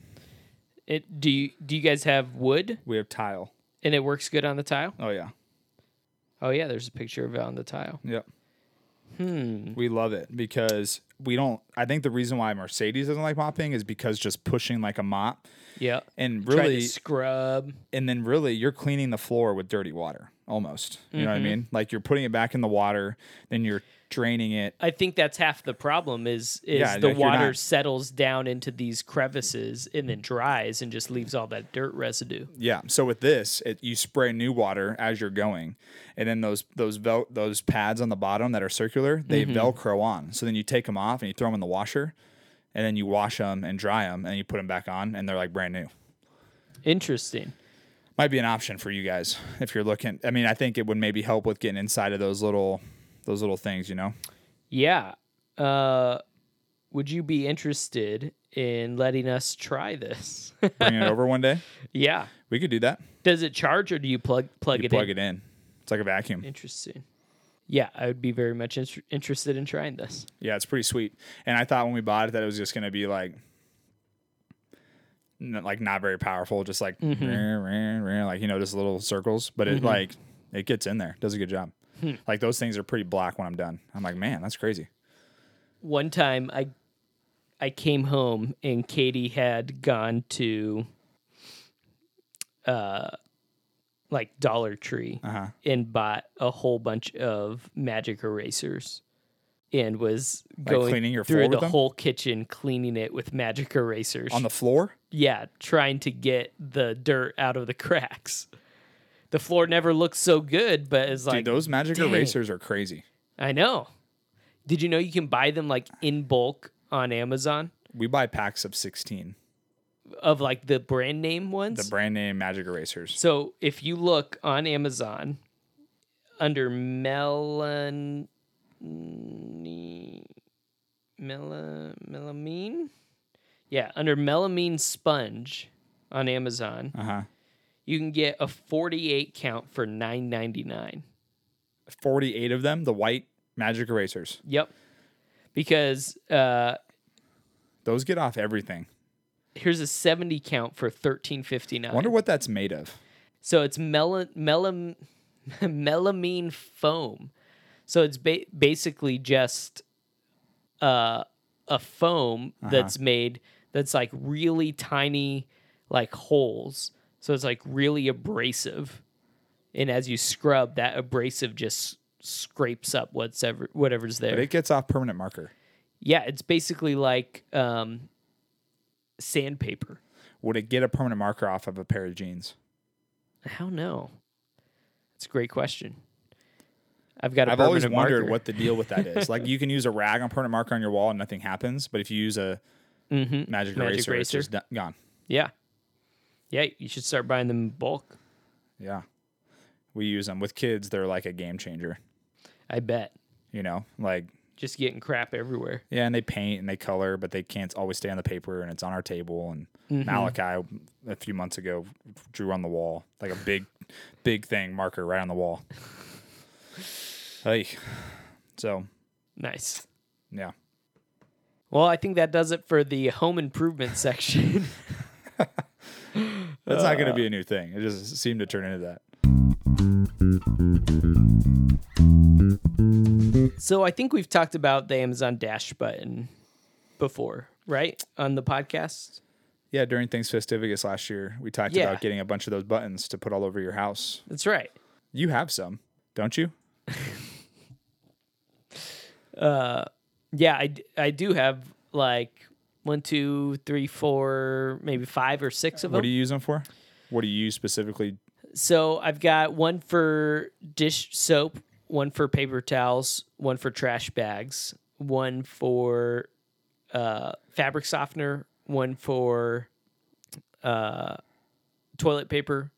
Speaker 1: It do you do you guys have wood
Speaker 2: we have tile
Speaker 1: and it works good on the tile?
Speaker 2: oh yeah
Speaker 1: Oh yeah, there's a picture of it on the tile.
Speaker 2: yep hmm we love it because we don't i think the reason why mercedes doesn't like mopping is because just pushing like a mop
Speaker 1: Yeah.
Speaker 2: and
Speaker 1: Try
Speaker 2: really
Speaker 1: to scrub.
Speaker 2: and then really you're cleaning the floor with dirty water almost you know what i
Speaker 1: Mm-hmm.
Speaker 2: mean like you're putting it back in the water then you're draining it
Speaker 1: I think that's half the problem is is
Speaker 2: Yeah,
Speaker 1: the
Speaker 2: like you're
Speaker 1: water
Speaker 2: not-
Speaker 1: settles down into these crevices and then dries and just leaves all that dirt residue.
Speaker 2: Yeah. So with this, it, you spray new water as you're going, and then those those vel- those pads on the bottom that are circular, they Velcro on. So then you take them off and you throw them in the washer, and then you wash them and dry them, and you put them back on, and they're like brand new.
Speaker 1: Interesting.
Speaker 2: Might be an option for you guys if you're looking. I mean, I think it would maybe help with getting inside of those little those little things, you know.
Speaker 1: Yeah. Uh would you be interested in letting us try this?
Speaker 2: Bring it over one day.
Speaker 1: yeah.
Speaker 2: We could do that.
Speaker 1: Does it charge or do you plug plug
Speaker 2: You
Speaker 1: it
Speaker 2: plug
Speaker 1: in?
Speaker 2: it in. It's like a vacuum.
Speaker 1: Interesting. Yeah, I would be very much inter- interested in trying this.
Speaker 2: Yeah, it's pretty sweet. And I thought when we bought it that it was just gonna be like, n- like not very powerful, just like
Speaker 1: Mm-hmm.
Speaker 2: "Rah, rah, rah," like you know, just little circles. But it like it gets in there, does a good job.
Speaker 1: Hmm.
Speaker 2: Like those things are pretty black when I'm done. I'm like, man, that's crazy.
Speaker 1: One time I I came home and Katie had gone to uh like Dollar Tree
Speaker 2: Uh-huh.
Speaker 1: and bought a whole bunch of magic erasers and was going
Speaker 2: cleaning your floor
Speaker 1: through
Speaker 2: with
Speaker 1: the
Speaker 2: them?
Speaker 1: whole kitchen cleaning it with magic erasers.
Speaker 2: On the floor,
Speaker 1: yeah, trying to get the dirt out of the cracks. The floor never looked so good, but it's like
Speaker 2: dude, those magic
Speaker 1: dang.
Speaker 2: erasers are crazy.
Speaker 1: I know. Did you know you can buy them like in bulk on Amazon
Speaker 2: We buy packs of sixteen,
Speaker 1: of like the brand name ones?
Speaker 2: the brand name magic erasers.
Speaker 1: so if you look on Amazon under melon mela, melamine, yeah, under melamine sponge on Amazon,
Speaker 2: Uh huh.
Speaker 1: you can get a 48 count for 9.99.
Speaker 2: Forty-eight of them, the white magic erasers.
Speaker 1: Yep. Because uh
Speaker 2: Those get off everything.
Speaker 1: here's a 70 count for 13.59.
Speaker 2: Wonder what that's made of.
Speaker 1: So it's mel- melam- melamine foam. So it's ba- basically just uh, a foam that's made that's like really tiny, like holes. So it's like really abrasive, and as you scrub, that abrasive just scrapes up what's ever, whatever's there.
Speaker 2: But it gets off permanent marker.
Speaker 1: yeah, it's basically like um, sandpaper.
Speaker 2: Would it get a permanent marker off of a pair of jeans?
Speaker 1: I don't know. That's a great question. I've got. i
Speaker 2: I've always wondered
Speaker 1: marker.
Speaker 2: what the deal with that is. like you can use a rag on permanent marker on your wall and nothing happens, but if you use a
Speaker 1: Mhm. Magic
Speaker 2: magic, eraser, it's
Speaker 1: eraser.
Speaker 2: just do- gone.
Speaker 1: Yeah, yeah. You should start buying them in bulk.
Speaker 2: Yeah. We use them with kids, they're like a game changer,
Speaker 1: I bet.
Speaker 2: you know? Like
Speaker 1: Just getting crap everywhere.
Speaker 2: yeah, and they paint and they color, but they can't always stay on the paper and it's on our table and
Speaker 1: Mm-hmm.
Speaker 2: Malachi a few months ago drew on the wall like a big big thing marker right on the wall. hey. So,
Speaker 1: Nice.
Speaker 2: yeah.
Speaker 1: Well, I think that does it for the home improvement section.
Speaker 2: That's not going
Speaker 1: Uh,
Speaker 2: to be a new thing. It just seemed to turn into that.
Speaker 1: so I think we've talked about the Amazon Dash button before, right? On the podcast.
Speaker 2: Yeah, during Things Festivus last year, we talked
Speaker 1: Yeah.
Speaker 2: about getting a bunch of those buttons to put all over your house.
Speaker 1: That's right.
Speaker 2: You have some, don't you?
Speaker 1: Yeah, I, d- I do have like one, two, three, four, maybe five or six of
Speaker 2: What
Speaker 1: them.
Speaker 2: do you use them for? What do you use specifically?
Speaker 1: so I've got one for dish soap, one for paper towels, one for trash bags, one for uh, fabric softener, one for uh, toilet paper,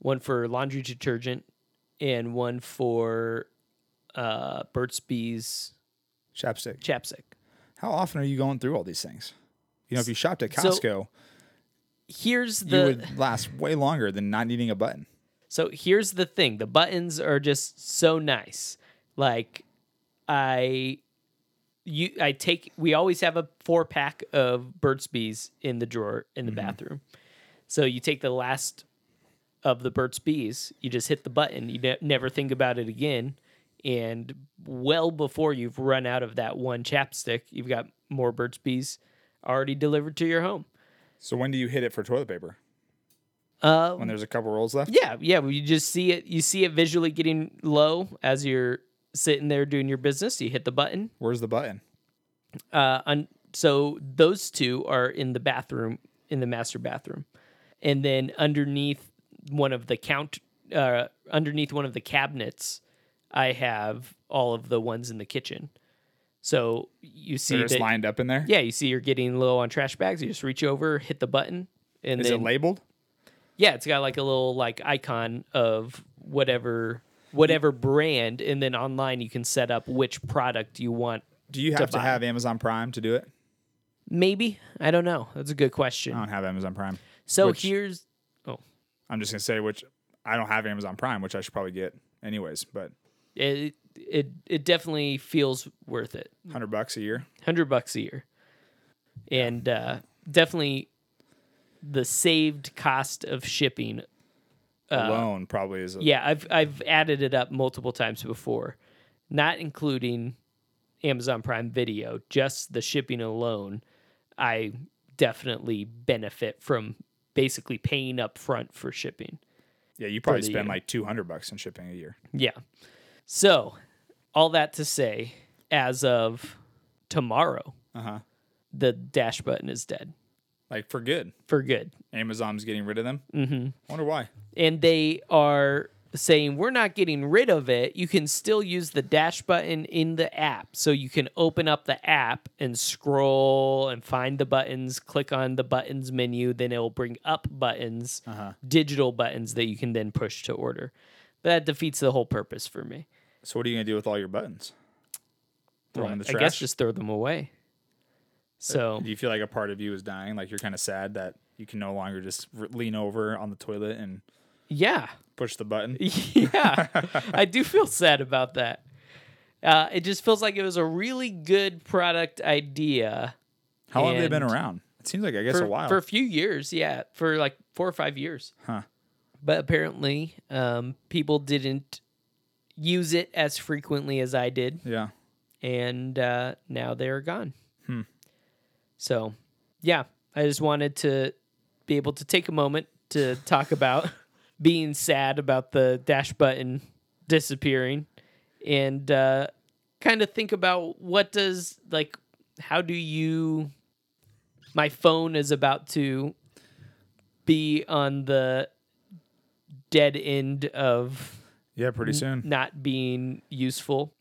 Speaker 1: one for laundry detergent, and one for uh, Burt's Bees
Speaker 2: Chapstick.
Speaker 1: chapstick.
Speaker 2: How often are you going through all these things? You know, if you shopped at
Speaker 1: So,
Speaker 2: Costco,
Speaker 1: Here's the
Speaker 2: you would last way longer than not needing a button.
Speaker 1: So here's the thing: the buttons are just so nice. Like, I, you, I take. We always have a four pack of Burt's Bees in the drawer in the bathroom. So you take the last of the Burt's Bees, you just hit the button. You ne- never think about it again. And well before you've run out of that one chapstick, you've got more Burt's Bees already delivered to your home.
Speaker 2: So when do you hit it for toilet paper?
Speaker 1: Uh,
Speaker 2: When there's a couple rolls left?
Speaker 1: Yeah, yeah. well, You just see it. You see it visually getting low as you're sitting there doing your business. You hit the button.
Speaker 2: Where's the button?
Speaker 1: Uh, on, so those two are in the bathroom, in the master bathroom, and then underneath one of the count, uh, underneath one of the cabinets, I have all of the ones in the kitchen. So you see
Speaker 2: They're just
Speaker 1: that,
Speaker 2: lined up in there.
Speaker 1: yeah, you see you're getting low on trash bags. You just reach over, hit the button, and
Speaker 2: Is
Speaker 1: then
Speaker 2: it labeled?
Speaker 1: yeah, it's got like a little like icon of whatever whatever brand, and then online you can set up which product you want.
Speaker 2: Do you have to
Speaker 1: buy.
Speaker 2: have Amazon Prime to do it?
Speaker 1: Maybe I don't know. That's a good question.
Speaker 2: I don't have Amazon Prime.
Speaker 1: so
Speaker 2: which-
Speaker 1: here's oh,
Speaker 2: I'm just gonna say which I don't have Amazon Prime, which I should probably get anyways. But
Speaker 1: it it it definitely feels worth it.
Speaker 2: hundred bucks a year.
Speaker 1: Hundred bucks a year, and uh, definitely the saved cost of shipping
Speaker 2: alone probably is a,
Speaker 1: Uh, Yeah, I've I've added it up multiple times before, not including Amazon Prime Video, just the shipping alone. I definitely benefit from basically paying up front for shipping.
Speaker 2: yeah you probably
Speaker 1: the
Speaker 2: spend
Speaker 1: year.
Speaker 2: like 200 bucks in shipping a year
Speaker 1: Yeah. So, all that to say, as of tomorrow,
Speaker 2: uh-huh
Speaker 1: the dash button is dead
Speaker 2: like for good
Speaker 1: for good.
Speaker 2: amazon's getting rid of them mm-hmm wonder why
Speaker 1: and they are saying we're not getting rid of it. You can still use the dash button in the app. So you can open up the app and scroll and find the buttons, click on the buttons menu, then it will bring up buttons,
Speaker 2: Uh-huh.
Speaker 1: digital buttons that you can then push to order. But that defeats the whole purpose for me.
Speaker 2: so what are you gonna do with all your buttons throw them in the
Speaker 1: I
Speaker 2: trash Uh,
Speaker 1: guess just throw them away. So
Speaker 2: do you feel like a part of you is dying like you're kind of sad that you can no longer just r lean over on the toilet and
Speaker 1: yeah.
Speaker 2: push the button
Speaker 1: yeah, I do feel sad about that. Uh, it just feels like it was a really good product idea
Speaker 2: how long have they been
Speaker 1: And-
Speaker 2: around it seems like i guess
Speaker 1: for
Speaker 2: a while
Speaker 1: for a few years. Yeah, for like four or five years.
Speaker 2: Huh.
Speaker 1: But apparently, um, people didn't use it as frequently as I did,
Speaker 2: yeah
Speaker 1: and uh, now they're gone. So, yeah, I just wanted to be able to take a moment to talk about being sad about the dash button disappearing and uh, kind of think about what does like how do you my phone is about to be on the dead end of
Speaker 2: Yeah, pretty soon.
Speaker 1: not being useful.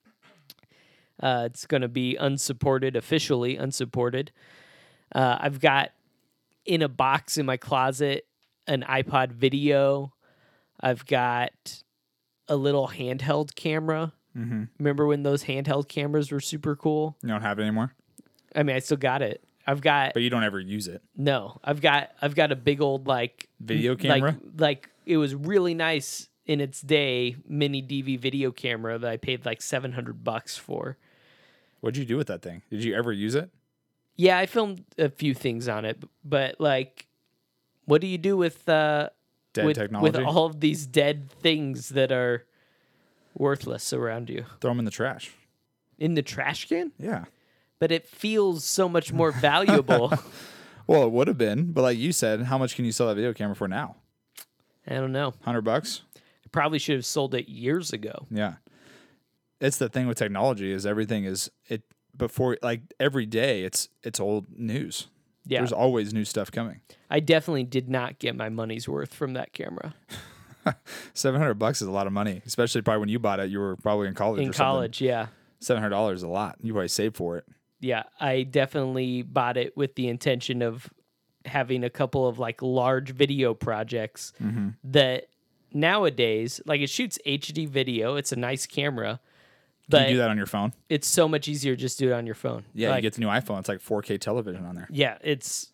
Speaker 1: Uh, it's going to be unsupported, officially unsupported. Uh, I've got in a box in my closet an iPod video. I've got a little handheld camera. Remember when those handheld cameras were super cool?
Speaker 2: You don't have it anymore,
Speaker 1: I mean, I still got it. I've got
Speaker 2: but you don't ever use it.
Speaker 1: no. I've got I've got a big old like
Speaker 2: Video
Speaker 1: like-
Speaker 2: camera?
Speaker 1: Like, it was really nice in its day mini DV video camera that I paid like 700 bucks for.
Speaker 2: What'd you do with that thing? Did you ever use it?
Speaker 1: Yeah, I filmed a few things on it, but like what do you do with uh
Speaker 2: Dead
Speaker 1: with,
Speaker 2: technology.
Speaker 1: with all of these dead things that are worthless around you
Speaker 2: Throw them in the trash.
Speaker 1: in the trash can?
Speaker 2: Yeah.
Speaker 1: But it feels so much more valuable.
Speaker 2: Well, it would have been, but like you said, how much can you sell that video camera for now?
Speaker 1: I don't know.
Speaker 2: Hundred bucks.
Speaker 1: Probably should have sold it years ago.
Speaker 2: Yeah. It's the thing with technology is everything is it before like every day it's it's old news.
Speaker 1: Yeah.
Speaker 2: There's always new stuff coming.
Speaker 1: I definitely did not get my money's worth from that camera
Speaker 2: Seven hundred bucks is a lot of money, especially probably when you bought it. You were probably in college.
Speaker 1: in
Speaker 2: or something.
Speaker 1: college. Yeah.
Speaker 2: seven hundred dollars is a lot. You probably saved for it.
Speaker 1: Yeah. I definitely bought it with the intention of having a couple of like large video projects
Speaker 2: Mm-hmm.
Speaker 1: that nowadays, like it shoots HD video. It's a nice camera,
Speaker 2: you
Speaker 1: but
Speaker 2: do that on your phone.
Speaker 1: it's so much easier to just do it on your phone.
Speaker 2: Yeah,
Speaker 1: Like,
Speaker 2: you get the new iPhone. It's like 4K television on there.
Speaker 1: yeah. It's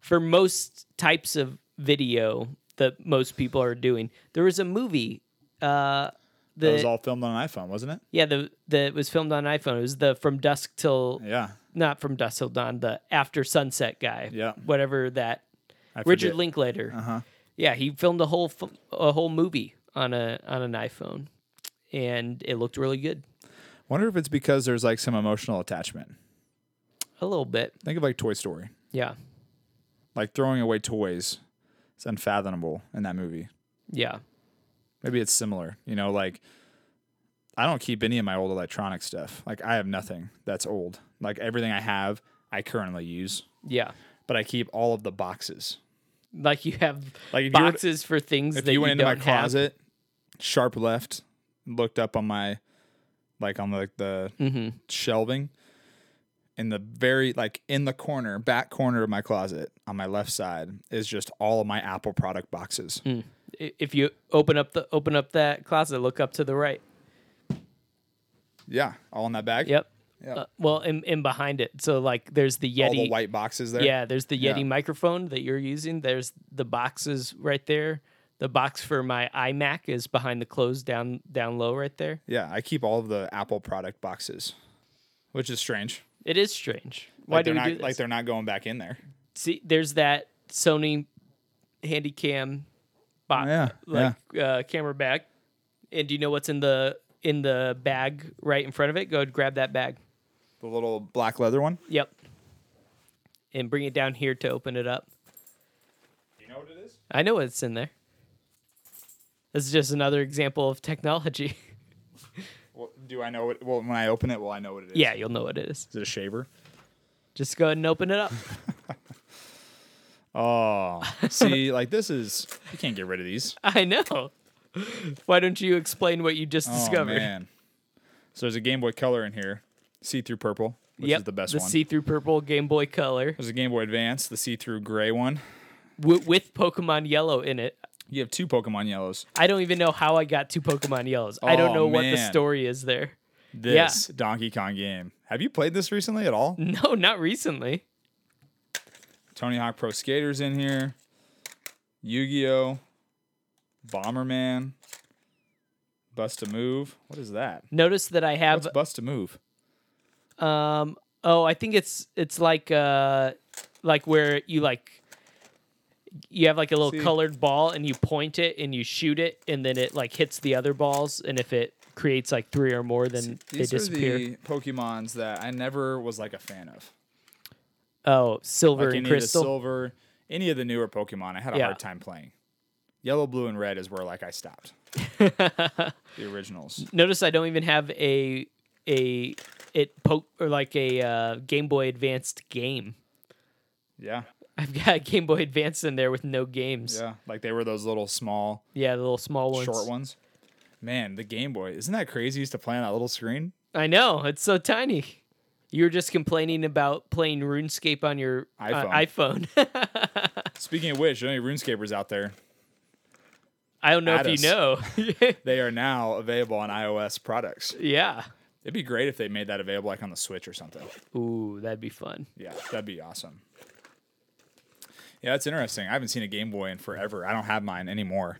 Speaker 1: for most types of video that most people are doing. There was a movie. Uh,
Speaker 2: It
Speaker 1: the,
Speaker 2: was all filmed on an iPhone, wasn't it?
Speaker 1: Yeah, the that was filmed on iPhone. It was the From Dusk Till
Speaker 2: Yeah,
Speaker 1: not From Dusk Till Dawn, the After Sunset guy.
Speaker 2: Yeah.
Speaker 1: whatever that.
Speaker 2: I
Speaker 1: Richard
Speaker 2: forget. Uh-huh.
Speaker 1: Linklater. Yeah, he filmed a whole f- a whole movie on a on an iPhone, and it looked really good.
Speaker 2: Wonder if it's because there's like some emotional attachment.
Speaker 1: A little bit.
Speaker 2: Think of like Toy Story.
Speaker 1: Yeah,
Speaker 2: Like throwing away toys. It's unfathomable in that movie.
Speaker 1: yeah,
Speaker 2: Maybe it's similar. You know, like I don't keep any of my old electronic stuff. Like I have nothing that's old. Like everything I have, I currently use,
Speaker 1: yeah.
Speaker 2: but I keep all of the boxes.
Speaker 1: Like you have
Speaker 2: Like if you were to-
Speaker 1: boxes for things
Speaker 2: if
Speaker 1: that
Speaker 2: you went into my
Speaker 1: don't have.
Speaker 2: closet, sharp left, looked up on my like on like the
Speaker 1: Mm-hmm.
Speaker 2: shelving, in the very like in the corner, back corner of my closet on my left side is just all of my Apple product boxes.
Speaker 1: Mm. I- If you open up the open up that closet, look up to the right.
Speaker 2: Yeah, all in that bag.
Speaker 1: Yep. Uh, well, and, and behind it, so like there's the Yeti.
Speaker 2: All the white boxes there.
Speaker 1: Yeah, there's the Yeti
Speaker 2: Yeah.
Speaker 1: microphone that you're using. There's the boxes right there. The box for my iMac is behind the clothes down down low right there.
Speaker 2: Yeah, I keep all of the Apple product boxes, which is strange.
Speaker 1: It is strange. Why
Speaker 2: Like
Speaker 1: do
Speaker 2: they're
Speaker 1: we
Speaker 2: not
Speaker 1: do this?
Speaker 2: like they're not going back in there?
Speaker 1: See, there's that Sony Handycam box,
Speaker 2: Yeah,
Speaker 1: like Uh, camera bag. And do you know what's in the in the bag right in front of it? Go ahead, grab that bag.
Speaker 2: The little black leather one.
Speaker 1: Yep. And bring it down here to open it up.
Speaker 2: You know what it is?
Speaker 1: I know what's in there. This is just another example of technology.
Speaker 2: Well, do I know what? Well, when I open it, will I know what it is?
Speaker 1: Yeah, you'll know what it is.
Speaker 2: Is it a shaver?
Speaker 1: Just go ahead and open it up.
Speaker 2: Oh, see, like this is you can't get rid of these.
Speaker 1: I know. Why don't you explain what you just discovered?
Speaker 2: Oh man! So there's a Game Boy Color in here, see-through purple, which
Speaker 1: yep,
Speaker 2: is the best one.
Speaker 1: see-through purple Game Boy Color
Speaker 2: there's a Game Boy Advance, the see-through gray one.
Speaker 1: w- with Pokemon Yellow in it.
Speaker 2: You have two Pokemon Yellows.
Speaker 1: I don't even know how I got two Pokemon Yellows. I don't
Speaker 2: Oh,
Speaker 1: know what the
Speaker 2: man.
Speaker 1: story is there.
Speaker 2: This Donkey Kong game. Have you played this recently at all?
Speaker 1: No, not recently.
Speaker 2: Tony Hawk Pro Skaters in here. Yu-Gi-Oh. Bomberman. Bust a move. What is that?
Speaker 1: Notice that I have
Speaker 2: What's Bust a move?
Speaker 1: um oh, I think it's it's like uh like where you like you have like a little
Speaker 2: See?
Speaker 1: colored ball and you point it and you shoot it and then it like hits the other balls and if it creates like three or more then they
Speaker 2: These are
Speaker 1: disappear.
Speaker 2: the Pokemons that I never was like a fan of.
Speaker 1: Oh, silver
Speaker 2: like
Speaker 1: and
Speaker 2: any
Speaker 1: crystal.
Speaker 2: of the silver, any of the newer Pokemon, I had a
Speaker 1: Yeah.
Speaker 2: hard time playing. Yellow, blue, and red is where like I stopped. the originals.
Speaker 1: Notice I don't even have a a it poke or like a uh, Game Boy Advanced game.
Speaker 2: Yeah.
Speaker 1: I've got a Game Boy Advance in there with no games. Yeah,
Speaker 2: Yeah. Like they were those little small,
Speaker 1: the little small ones.
Speaker 2: short ones. Man, the Game Boy. Isn't that crazy? You used to play on that little screen.
Speaker 1: I know it's so tiny. You were just complaining about playing RuneScape on your uh, iPhone.
Speaker 2: Speaking of which, any RuneScapers out there,
Speaker 1: I don't know
Speaker 2: Add
Speaker 1: if you know.
Speaker 2: they are now available on iOS products.
Speaker 1: yeah.
Speaker 2: It'd be great if they made that available like on the Switch or something.
Speaker 1: Ooh, that'd be fun.
Speaker 2: Yeah, that'd be awesome. Yeah, that's interesting. I haven't seen a Game Boy in forever. I don't have mine anymore.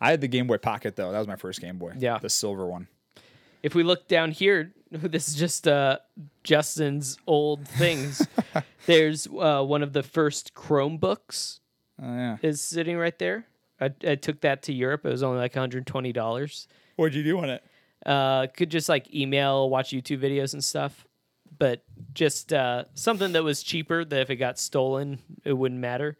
Speaker 2: I had the Game Boy Pocket though. That was my first Game Boy.
Speaker 1: Yeah.
Speaker 2: the silver one.
Speaker 1: If we look down here, this is just uh, Justin's old things. There's uh, one of the first Chromebooks
Speaker 2: Oh yeah.
Speaker 1: is sitting right there. I, I took that to Europe. It was only like $120.
Speaker 2: What'd you do on it?
Speaker 1: Uh, could just like email, watch YouTube videos and stuff. But just uh, something that was cheaper that if it got stolen, it wouldn't matter.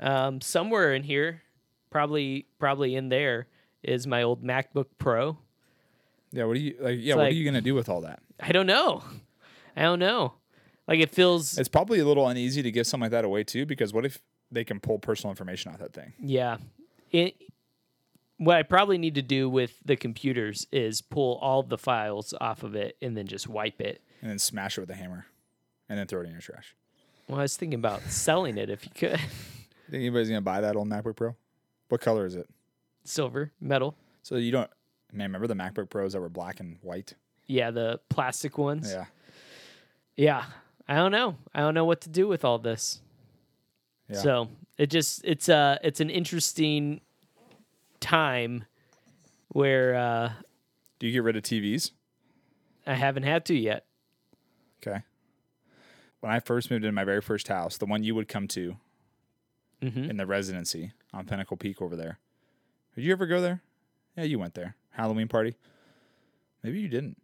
Speaker 1: Um, somewhere in here, probably probably in there, is my old MacBook Pro.
Speaker 2: Yeah, what are you like? Yeah,
Speaker 1: It's
Speaker 2: what
Speaker 1: like-
Speaker 2: are you gonna do with all that?
Speaker 1: I don't know. I don't know. Like it feels
Speaker 2: It's probably a little uneasy to give something like that away too, because what if they can pull personal information off that thing?
Speaker 1: yeah. It what I probably need to do with the computers is pull all the files off of it and then just wipe it.
Speaker 2: and then smash it with a hammer, and then throw it in your trash.
Speaker 1: Well, I was thinking about selling it if you could.
Speaker 2: You think anybody's gonna buy that old MacBook Pro? What color is it?
Speaker 1: Silver, metal.
Speaker 2: So you don't man, remember the MacBook Pros that were black and white?
Speaker 1: Yeah, the plastic ones.
Speaker 2: Yeah.
Speaker 1: Yeah. I don't know. I don't know what to do with all this.
Speaker 2: Yeah.
Speaker 1: So it just it's uh it's an interesting time where uh
Speaker 2: Do you get rid of TVs?
Speaker 1: I haven't had to yet.
Speaker 2: Okay. When I first moved in my very first house, the one you would come to
Speaker 1: Mhm.
Speaker 2: in the residency on Pinnacle Peak over there. Did you ever go there? Yeah, you went there. Halloween party. Maybe you didn't.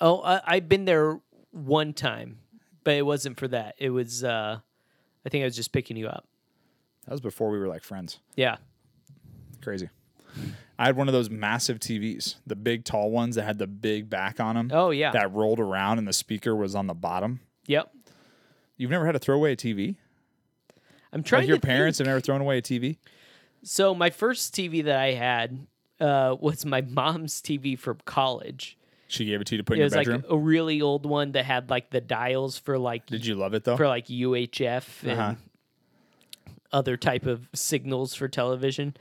Speaker 1: Oh, I, I've been there one time, but it wasn't for that. It was, uh, I think I was just picking you up.
Speaker 2: That was before we were like friends.
Speaker 1: Yeah.
Speaker 2: Crazy. I had one of those massive TVs, the big tall ones that had the big back on them.
Speaker 1: Oh, yeah.
Speaker 2: That rolled around and the speaker was on the bottom.
Speaker 1: Yep.
Speaker 2: You've never had a throwaway TV?
Speaker 1: I'm trying
Speaker 2: Like your
Speaker 1: to think.
Speaker 2: parents have never thrown away a TV?
Speaker 1: So my first TV that I had uh, was my mom's TV from college.
Speaker 2: She gave it to you to put
Speaker 1: It
Speaker 2: in
Speaker 1: was
Speaker 2: your bedroom.
Speaker 1: like a really old one that had like the dials for like
Speaker 2: Did you love it though?
Speaker 1: for like UHF and
Speaker 2: Uh-huh.
Speaker 1: other type of signals for television.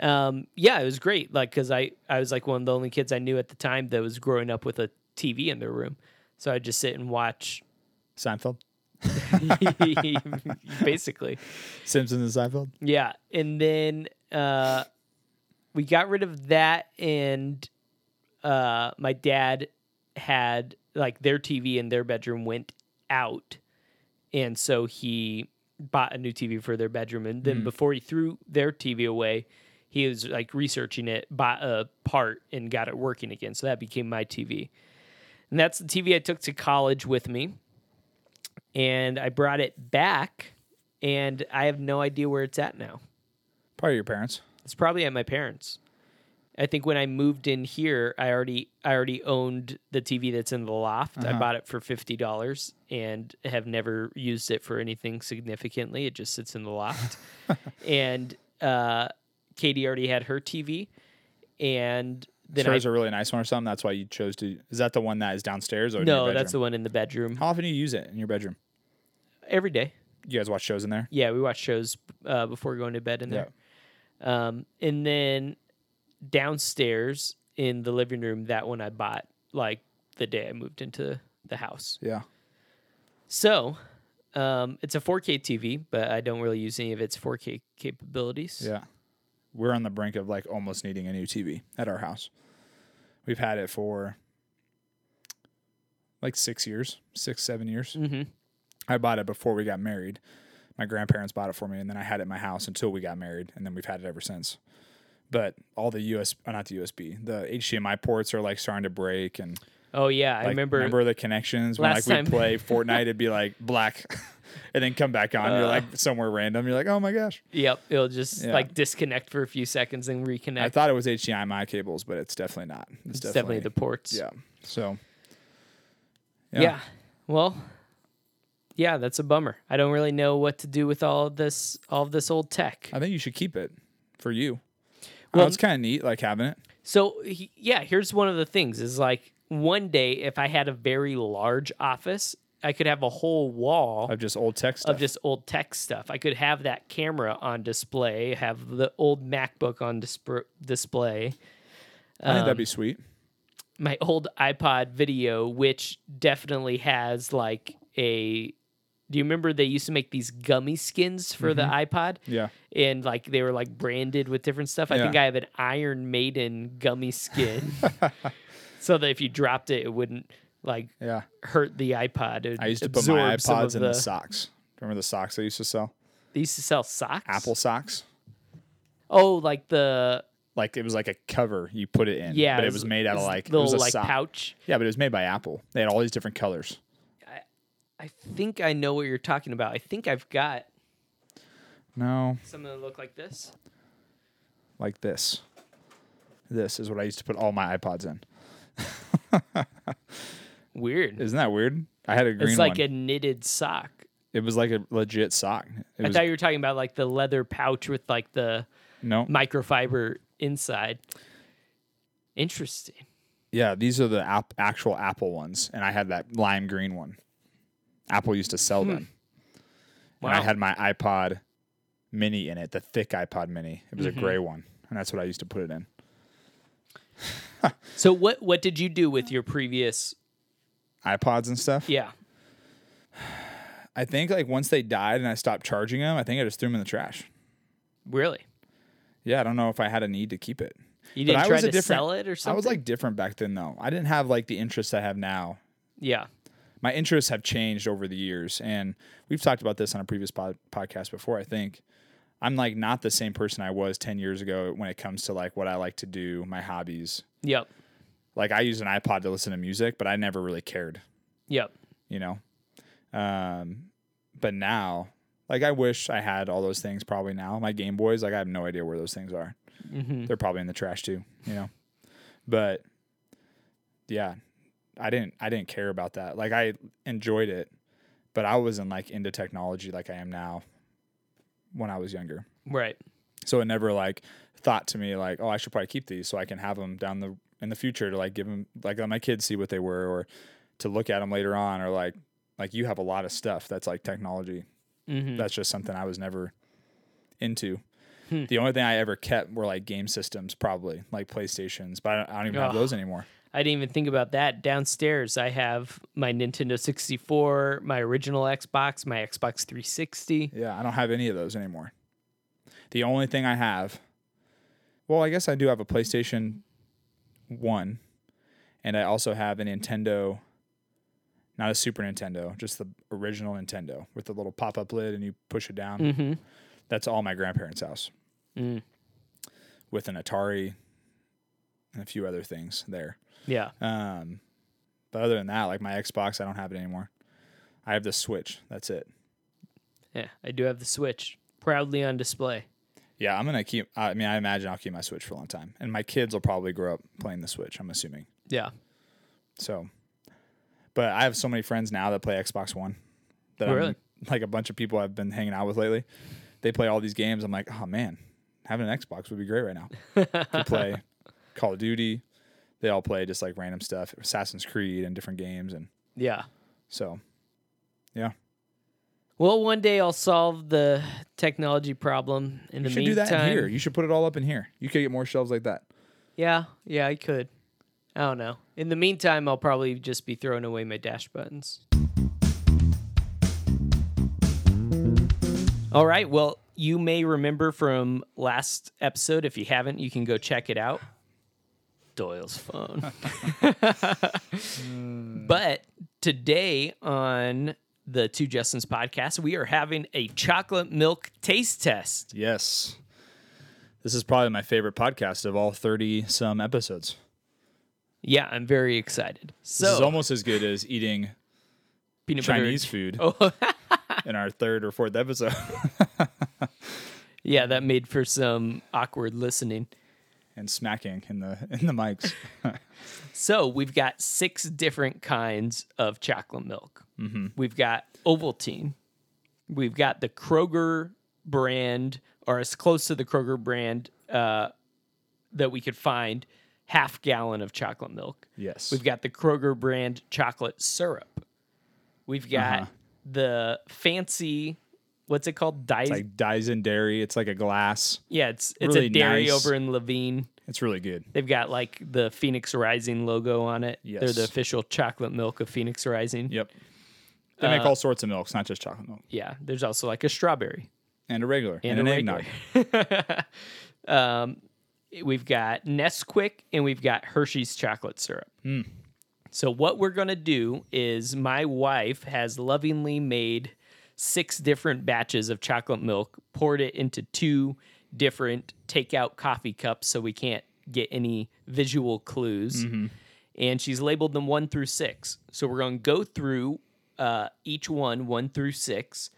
Speaker 1: Um, yeah, it was great. Like, cause I, I was like one of the only kids I knew at the time that was growing up with a TV in their room. So I'd just sit and watch
Speaker 2: Seinfeld?
Speaker 1: basically.
Speaker 2: Simpsons and Seinfeld?
Speaker 1: Yeah. And then, uh, we got rid of that and, uh, my dad had like their TV in their bedroom went out. and so he bought a new TV for their bedroom. And then before he threw their TV away, he was like researching it, bought a part, and got it working again. So that became my TV, and that's the TV I took to college with me, and I brought it back, and I have no idea where it's at now.
Speaker 2: Probably your parents.
Speaker 1: It's probably at my parents. I think when I moved in here, I already I already owned the TV that's in the loft.
Speaker 2: Uh-huh.
Speaker 1: I bought it for fifty dollars and have never used it for anything significantly. It just sits in the loft. and uh, Katie already had her TV, and then
Speaker 2: Hers
Speaker 1: I,
Speaker 2: a really nice one or something. That's why you chose to. Is that the one that is downstairs or in
Speaker 1: no,
Speaker 2: your
Speaker 1: that's the
Speaker 2: bedroom?
Speaker 1: one in the bedroom
Speaker 2: How often do you use it in your bedroom?
Speaker 1: every day.
Speaker 2: You guys watch shows in there?
Speaker 1: Yeah, we watch shows uh, before going to bed in there. Um, and then downstairs in the living room, that one I bought like the day I moved into the house.
Speaker 2: Yeah.
Speaker 1: So um, it's a 4K TV, but I don't really use any of its 4K capabilities.
Speaker 2: Yeah. We're on the brink of like almost needing a new TV at our house. We've had it for like six years, six, seven years.
Speaker 1: Mhm.
Speaker 2: I bought it before we got married. My grandparents bought it for me, and then I had it at my house until we got married, and then we've had it ever since. But all the US, uh, not the USB, the HDMI ports are like starting to break, and
Speaker 1: Oh yeah, I
Speaker 2: like,
Speaker 1: remember.
Speaker 2: the connections when like
Speaker 1: last
Speaker 2: we
Speaker 1: time-
Speaker 2: play Fortnite, it'd be like black, and then come back on. you're like somewhere random. You're like, oh my gosh.
Speaker 1: Yep, it'll just
Speaker 2: Yeah.
Speaker 1: like disconnect for a few seconds and reconnect.
Speaker 2: I thought it was HDMI cables, but it's definitely not. It's,
Speaker 1: it's definitely, the ports.
Speaker 2: yeah. So
Speaker 1: Yeah. Well, yeah, that's a bummer. I don't really know what to do with all of this all of this old tech.
Speaker 2: I think you should keep it for you.
Speaker 1: Well-
Speaker 2: oh, it's kind of neat, like having it.
Speaker 1: So he, yeah, here's one of the things is like one day if I had a very large office, I could have a whole wall
Speaker 2: of just old tech stuff.
Speaker 1: of just old tech stuff. I could have that camera on display, have the old MacBook on disp- display,
Speaker 2: I think that'd
Speaker 1: um,
Speaker 2: be sweet.
Speaker 1: my old iPod video, which definitely has like a. Do you remember they used to make these gummy skins for the iPod?
Speaker 2: Yeah.
Speaker 1: And like they were like branded with different stuff. I
Speaker 2: Yeah.
Speaker 1: think I have an Iron Maiden gummy skin. so that if you dropped it, it wouldn't like
Speaker 2: Yeah.
Speaker 1: hurt the iPod. It would
Speaker 2: I used to put my
Speaker 1: absorb some of
Speaker 2: iPods in the,
Speaker 1: the-
Speaker 2: socks. Remember the socks I used to sell?
Speaker 1: They used to sell socks.
Speaker 2: Apple socks.
Speaker 1: Oh, like the
Speaker 2: Like it was like a cover you put it in.
Speaker 1: yeah.
Speaker 2: But it was made out of
Speaker 1: this
Speaker 2: like it
Speaker 1: little
Speaker 2: was a
Speaker 1: like
Speaker 2: sock.
Speaker 1: pouch.
Speaker 2: Yeah, but it was made by Apple. They had all these different colors.
Speaker 1: I think I know what you're talking about. I think I've got
Speaker 2: No,
Speaker 1: some that look like this.
Speaker 2: like this. This is what I used to put all my iPods in.
Speaker 1: Weird.
Speaker 2: Isn't that weird? I had a green
Speaker 1: It's like
Speaker 2: one.
Speaker 1: a knitted sock.
Speaker 2: it was like a legit sock. It
Speaker 1: I
Speaker 2: was
Speaker 1: thought you were talking about like the leather pouch with like the
Speaker 2: no.
Speaker 1: microfiber inside. Interesting.
Speaker 2: yeah, these are the app, actual Apple ones, and I had that lime green one. Apple used to sell them.
Speaker 1: Hmm. Wow.
Speaker 2: and I had my iPod mini in it, the thick iPod mini. It was
Speaker 1: Mm-hmm.
Speaker 2: a gray one, and that's what I used to put it in.
Speaker 1: so what what did you do with your previous
Speaker 2: iPods and stuff.
Speaker 1: Yeah.
Speaker 2: I think like once they died and I stopped charging them, I think I just threw them in the trash.
Speaker 1: Really?
Speaker 2: Yeah, I don't know if I had a need to keep it.
Speaker 1: You
Speaker 2: But
Speaker 1: didn't
Speaker 2: I
Speaker 1: try
Speaker 2: was a
Speaker 1: to
Speaker 2: different-
Speaker 1: sell it or something?
Speaker 2: I was like different back then though. I didn't have like the interests I have now.
Speaker 1: Yeah.
Speaker 2: My interests have changed over the years, and we've talked about this on a previous pod- podcast before. I think I'm like not the same person I was ten years ago when it comes to like what I like to do, my hobbies.
Speaker 1: Yep.
Speaker 2: Like I use an iPod to listen to music, but I never really cared.
Speaker 1: Yep.
Speaker 2: you know um but now like i wish i had all those things probably now my game boys like i have no idea where those things are
Speaker 1: hmm
Speaker 2: they're probably in the trash too you know but yeah i didn't i didn't care about that like i enjoyed it but i wasn't like into technology like i am now when i was younger
Speaker 1: Right.
Speaker 2: so it never like thought to me like, oh, I should probably keep these so I can have them down the in the future to like give them like let my kids see what they were or to look at them later on or like like you have a lot of stuff that's like technology.
Speaker 1: Mhm.
Speaker 2: That's just something I was never into. The only thing I ever kept were like game systems, probably like PlayStations, but I don't, I don't even have
Speaker 1: Ugh.
Speaker 2: those anymore.
Speaker 1: I didn't even think about that. Downstairs, I have my Nintendo 64, my original Xbox, my Xbox 360.
Speaker 2: Yeah, I don't have any of those anymore. The only thing I have, well, I guess I do have a PlayStation 1, and I also have a Nintendo, not a Super Nintendo, just the original Nintendo with the little pop up lid and you push it down.
Speaker 1: Mm-hmm.
Speaker 2: That's all my grandparents' house
Speaker 1: Mm.
Speaker 2: with an Atari and a few other things there.
Speaker 1: Yeah.
Speaker 2: Um, but other than that, like my Xbox, I don't have it anymore. I have the Switch. That's it.
Speaker 1: Yeah. I do have the Switch proudly on display.
Speaker 2: Yeah, I'm gonna keep. I mean, I imagine I'll keep my Switch for a long time, and my kids will probably grow up playing the Switch. I'm assuming.
Speaker 1: Yeah.
Speaker 2: So, but I have so many friends now that play Xbox One. That
Speaker 1: Oh,
Speaker 2: I'm-
Speaker 1: really?
Speaker 2: like a bunch of people I've been hanging out with lately. They play all these games. I'm like, oh man, having an Xbox would be great right now. to play Call of Duty. They all play just like random stuff, Assassin's Creed and different games, and
Speaker 1: Yeah.
Speaker 2: so
Speaker 1: Well, one day I'll solve the technology problem. In
Speaker 2: you
Speaker 1: the
Speaker 2: should do
Speaker 1: meantime,
Speaker 2: that in here. You should put it all up in here. You could get more shelves like that.
Speaker 1: yeah, yeah, I could. I don't know. In the meantime, I'll probably just be throwing away my dash buttons. All right. Well, you may remember from last episode. If you haven't, you can go check it out. Doyle's phone. But today on the Two Justins podcast, we are having a chocolate milk taste test.
Speaker 2: Yes. This is probably my favorite podcast of all 30 some episodes.
Speaker 1: Yeah, I'm very excited. So
Speaker 2: this is almost as good as eating
Speaker 1: peanut butter-
Speaker 2: Chinese food
Speaker 1: Oh,
Speaker 2: in our third or fourth episode.
Speaker 1: yeah, that made for some awkward listening.
Speaker 2: and smacking in the in the mics.
Speaker 1: So we've got six different kinds of chocolate milk.
Speaker 2: Mm-hmm.
Speaker 1: We've got Ovaltine. We've got the Kroger brand, or as close to the Kroger brand uh, that we could find, half gallon of chocolate milk.
Speaker 2: yes.
Speaker 1: We've got the Kroger brand chocolate syrup. We've got
Speaker 2: Uh-huh.
Speaker 1: the fancy, what's it called? Dice.
Speaker 2: it's like Dyson dairy. It's like a glass.
Speaker 1: yeah, it's it's a
Speaker 2: really
Speaker 1: dairy
Speaker 2: nice.
Speaker 1: over in Levine.
Speaker 2: It's really good.
Speaker 1: They've got like the Phoenix Rising logo on it. They're the
Speaker 2: Yes.
Speaker 1: official chocolate milk of Phoenix Rising.
Speaker 2: Yep. They
Speaker 1: Uh,
Speaker 2: make all sorts of milks, not just chocolate milk,
Speaker 1: Yeah. There's also like a strawberry
Speaker 2: and a regular
Speaker 1: and,
Speaker 2: and,
Speaker 1: a
Speaker 2: an
Speaker 1: regular.
Speaker 2: eggnog.
Speaker 1: um, we've got Nesquik and we've got Hershey's chocolate syrup. So what we're gonna do is my wife has lovingly made six different batches of chocolate milk, poured it into two different takeout coffee cups so we can't get any visual clues. And she's labeled them one through six. So we're gonna go through uh, each one, one through six,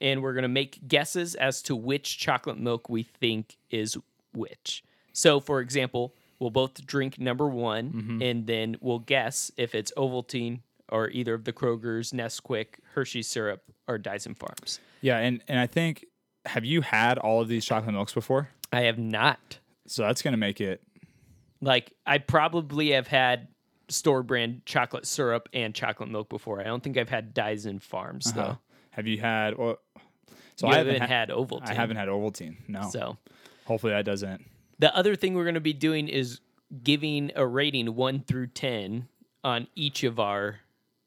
Speaker 1: and we're gonna make guesses as to which chocolate milk we think is which. So, for example, we'll both drink number one,
Speaker 2: Mm-hmm.
Speaker 1: and then we'll guess if it's Ovaltine or either of the Krogers, Nesquik, Hershey syrup, or Dyson Farms.
Speaker 2: Yeah, and and I think have you had all of these chocolate milks before?
Speaker 1: I have not.
Speaker 2: So that's gonna make it.
Speaker 1: Like, I probably have had store brand chocolate syrup and chocolate milk before. I don't think I've had Dyson Farms though.
Speaker 2: Have you had? Well, Uh-huh. so
Speaker 1: You
Speaker 2: I
Speaker 1: haven't,
Speaker 2: ha-
Speaker 1: had Ovaltine.
Speaker 2: I haven't had Ovaltine. No.
Speaker 1: So
Speaker 2: Hopefully that doesn't.
Speaker 1: The other thing we're going to be doing is giving a rating one through 10 on each of our,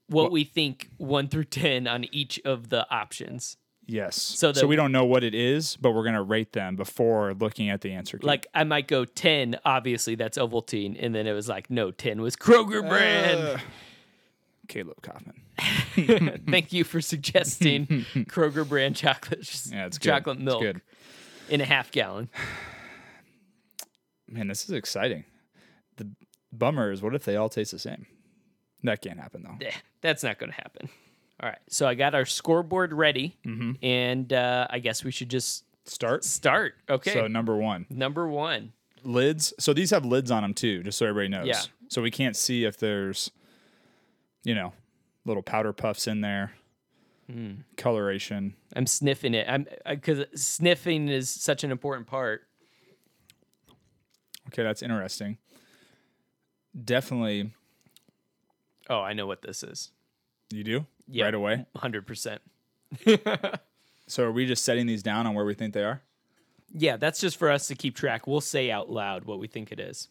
Speaker 1: what we think one through 10 on each of the options.
Speaker 2: Yes.
Speaker 1: So
Speaker 2: So,
Speaker 1: that-
Speaker 2: we don't know what it is, but we're gonna rate them before looking at the answer. Key.
Speaker 1: Like I might go 10, obviously that's Ovaltine. And then it was like, no, 10 was Kroger brand.
Speaker 2: Caleb Kaufman. Ah.
Speaker 1: Thank you for suggesting Kroger brand chocolate,
Speaker 2: Yeah, it's good.
Speaker 1: chocolate
Speaker 2: It's
Speaker 1: milk
Speaker 2: good.
Speaker 1: in a half gallon.
Speaker 2: Man, this is exciting. The bummer is, what if they all taste the same? That can't happen though.
Speaker 1: Eh, that's not going to happen. All right. So I got our scoreboard ready
Speaker 2: Mm-hmm.
Speaker 1: and uh, I guess we should just
Speaker 2: Start.
Speaker 1: start. Okay.
Speaker 2: So number one.
Speaker 1: Number one.
Speaker 2: lids. So these have lids on them too, just so everybody knows.
Speaker 1: Yeah.
Speaker 2: So we can't see if there's, you know, little powder puffs in there,
Speaker 1: Hmm.
Speaker 2: coloration.
Speaker 1: I'm sniffing it. I'm because sniffing is such an important part.
Speaker 2: Okay, that's interesting. Definitely,
Speaker 1: Oh, I know what this is.
Speaker 2: you do
Speaker 1: Yeah.
Speaker 2: right away.
Speaker 1: 100%.
Speaker 2: So are we just setting these down on where we think they are?
Speaker 1: Yeah, that's just for us to keep track. We'll say out loud what we think it is.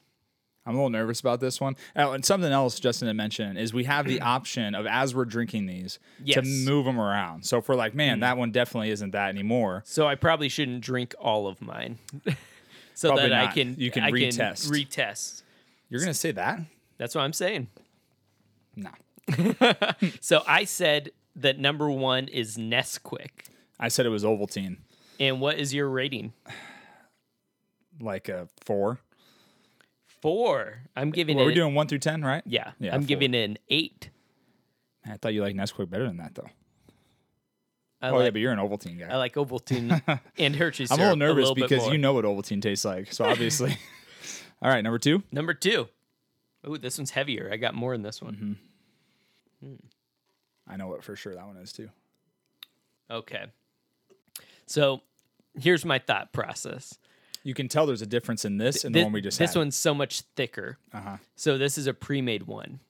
Speaker 2: I'm a little nervous about this one. Oh, and something else Justin had mentioned is we have the option of as we're drinking these to
Speaker 1: Yes. Mm.
Speaker 2: move them around. So if we're like, man, that one definitely isn't that anymore.
Speaker 1: So I probably shouldn't drink all of mine. so
Speaker 2: Probably
Speaker 1: that I
Speaker 2: not.
Speaker 1: can
Speaker 2: You can
Speaker 1: I
Speaker 2: retest.
Speaker 1: retest.
Speaker 2: You're gonna say that?
Speaker 1: That's what I'm saying.
Speaker 2: No.
Speaker 1: So I said that number 1 is Nesquik.
Speaker 2: I said it was Ovaltine,
Speaker 1: And what is your rating?
Speaker 2: like a four.
Speaker 1: 4. I'm giving
Speaker 2: Well,
Speaker 1: it
Speaker 2: we're doing one through ten, right?
Speaker 1: Yeah.
Speaker 2: Yeah,
Speaker 1: I'm
Speaker 2: four.
Speaker 1: giving it an 8.
Speaker 2: I thought you liked Nesquik better than that, though.
Speaker 1: I
Speaker 2: oh
Speaker 1: like,
Speaker 2: yeah, but you're an Ovaltine guy.
Speaker 1: I like Ovaltine and Hershey
Speaker 2: I'm
Speaker 1: syrup.
Speaker 2: a little nervous
Speaker 1: bit
Speaker 2: because
Speaker 1: more.
Speaker 2: you know what Ovaltine tastes like. So obviously, all right, number two.
Speaker 1: Number two. Oh, this one's heavier. I got more in this one.
Speaker 2: Mm-hmm. I know what for sure that one is too.
Speaker 1: Okay. So here's my thought process.
Speaker 2: You can tell there's a difference in this and
Speaker 1: Thi-
Speaker 2: the one we just
Speaker 1: this
Speaker 2: had.
Speaker 1: one's so much thicker. Uh-huh. So this is a pre-made one.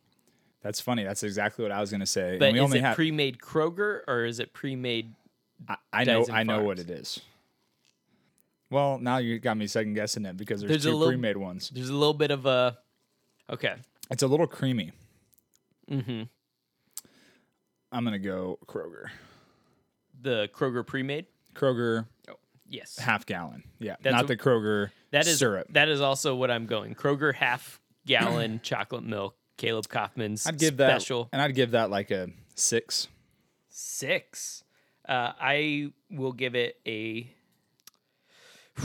Speaker 2: That's funny. That's exactly what I was gonna say.
Speaker 1: But
Speaker 2: and we
Speaker 1: is
Speaker 2: only
Speaker 1: it
Speaker 2: have.
Speaker 1: pre-made Kroger or is it pre-made?
Speaker 2: I, I know.
Speaker 1: Dyson
Speaker 2: I know what
Speaker 1: Farms?
Speaker 2: it is. Well, now you got me second guessing it because there's,
Speaker 1: There's a
Speaker 2: two
Speaker 1: little-
Speaker 2: pre-made ones.
Speaker 1: There's a little bit of a. Okay.
Speaker 2: It's a little creamy. Mm-hmm.
Speaker 1: Mm-hmm.
Speaker 2: I'm gonna go Kroger.
Speaker 1: The Kroger pre-made.
Speaker 2: Kroger
Speaker 1: Yes.
Speaker 2: half gallon. Yeah,
Speaker 1: That's
Speaker 2: not
Speaker 1: a-
Speaker 2: the Kroger
Speaker 1: That is
Speaker 2: syrup.
Speaker 1: That is also what I'm going. Kroger half gallon chocolate milk. Caleb Kaufman's
Speaker 2: I'd give that
Speaker 1: special.
Speaker 2: and I'd give that like a six.
Speaker 1: six. Uh, I will give it a
Speaker 2: A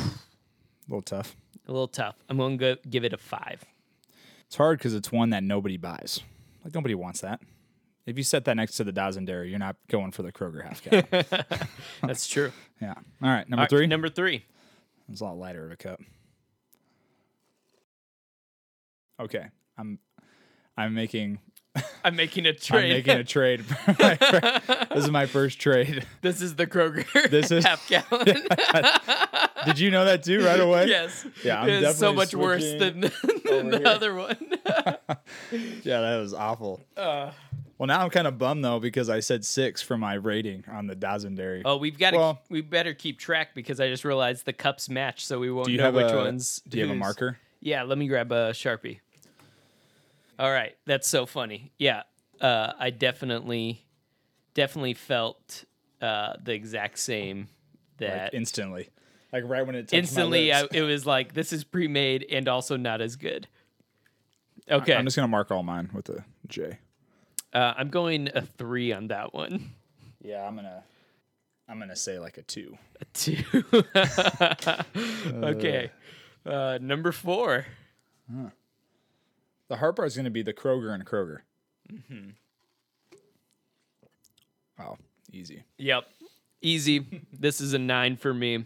Speaker 2: little tough.
Speaker 1: a little tough. I'm going to go give it a five.
Speaker 2: It's hard because it's one that nobody buys. Like nobody wants that. If you set that next to the Dazen Dairy, you're not going for the Kroger half gallon.
Speaker 1: That's true.
Speaker 2: yeah. All right, number
Speaker 1: All right,
Speaker 2: three.
Speaker 1: number three.
Speaker 2: it's a lot lighter of a cup. Okay, I'm I'm making
Speaker 1: I'm making a
Speaker 2: I'm
Speaker 1: trade.
Speaker 2: making a trade. for my fir- this is my first trade.
Speaker 1: this is the Kroger.
Speaker 2: This is-
Speaker 1: half gallon.
Speaker 2: Did you know that too right away?
Speaker 1: yes.
Speaker 2: Yeah, I'm
Speaker 1: it's so
Speaker 2: definitely
Speaker 1: much worse than,
Speaker 2: switching
Speaker 1: than the
Speaker 2: here.
Speaker 1: other one.
Speaker 2: Yeah, that was awful.
Speaker 1: Uh,
Speaker 2: Well, now I'm kind of bummed though because I said six for my rating on the Dazendary.
Speaker 1: oh, we've got to.
Speaker 2: Well-
Speaker 1: we better keep track because I just realized the cups match, so we won't
Speaker 2: do you
Speaker 1: know
Speaker 2: have
Speaker 1: which
Speaker 2: a,
Speaker 1: ones.
Speaker 2: Do you have a
Speaker 1: whose.
Speaker 2: marker?
Speaker 1: Yeah, let me grab a sharpie. All right, that's so funny. Yeah, uh, I definitely, definitely felt uh, the exact same. That
Speaker 2: Like instantly, like right when it touched my
Speaker 1: instantly
Speaker 2: lips.
Speaker 1: I, it was like this is pre-made and also not as good okay
Speaker 2: I'm just gonna mark all mine with a J.
Speaker 1: uh, I'm going a three on that one
Speaker 2: Yeah, I'm gonna I'm gonna say like a two.
Speaker 1: a two okay uh, number four
Speaker 2: The hard part is gonna be the Kroger and Kroger.
Speaker 1: Mm-hmm.
Speaker 2: Wow, easy.
Speaker 1: yep easy this is a nine for me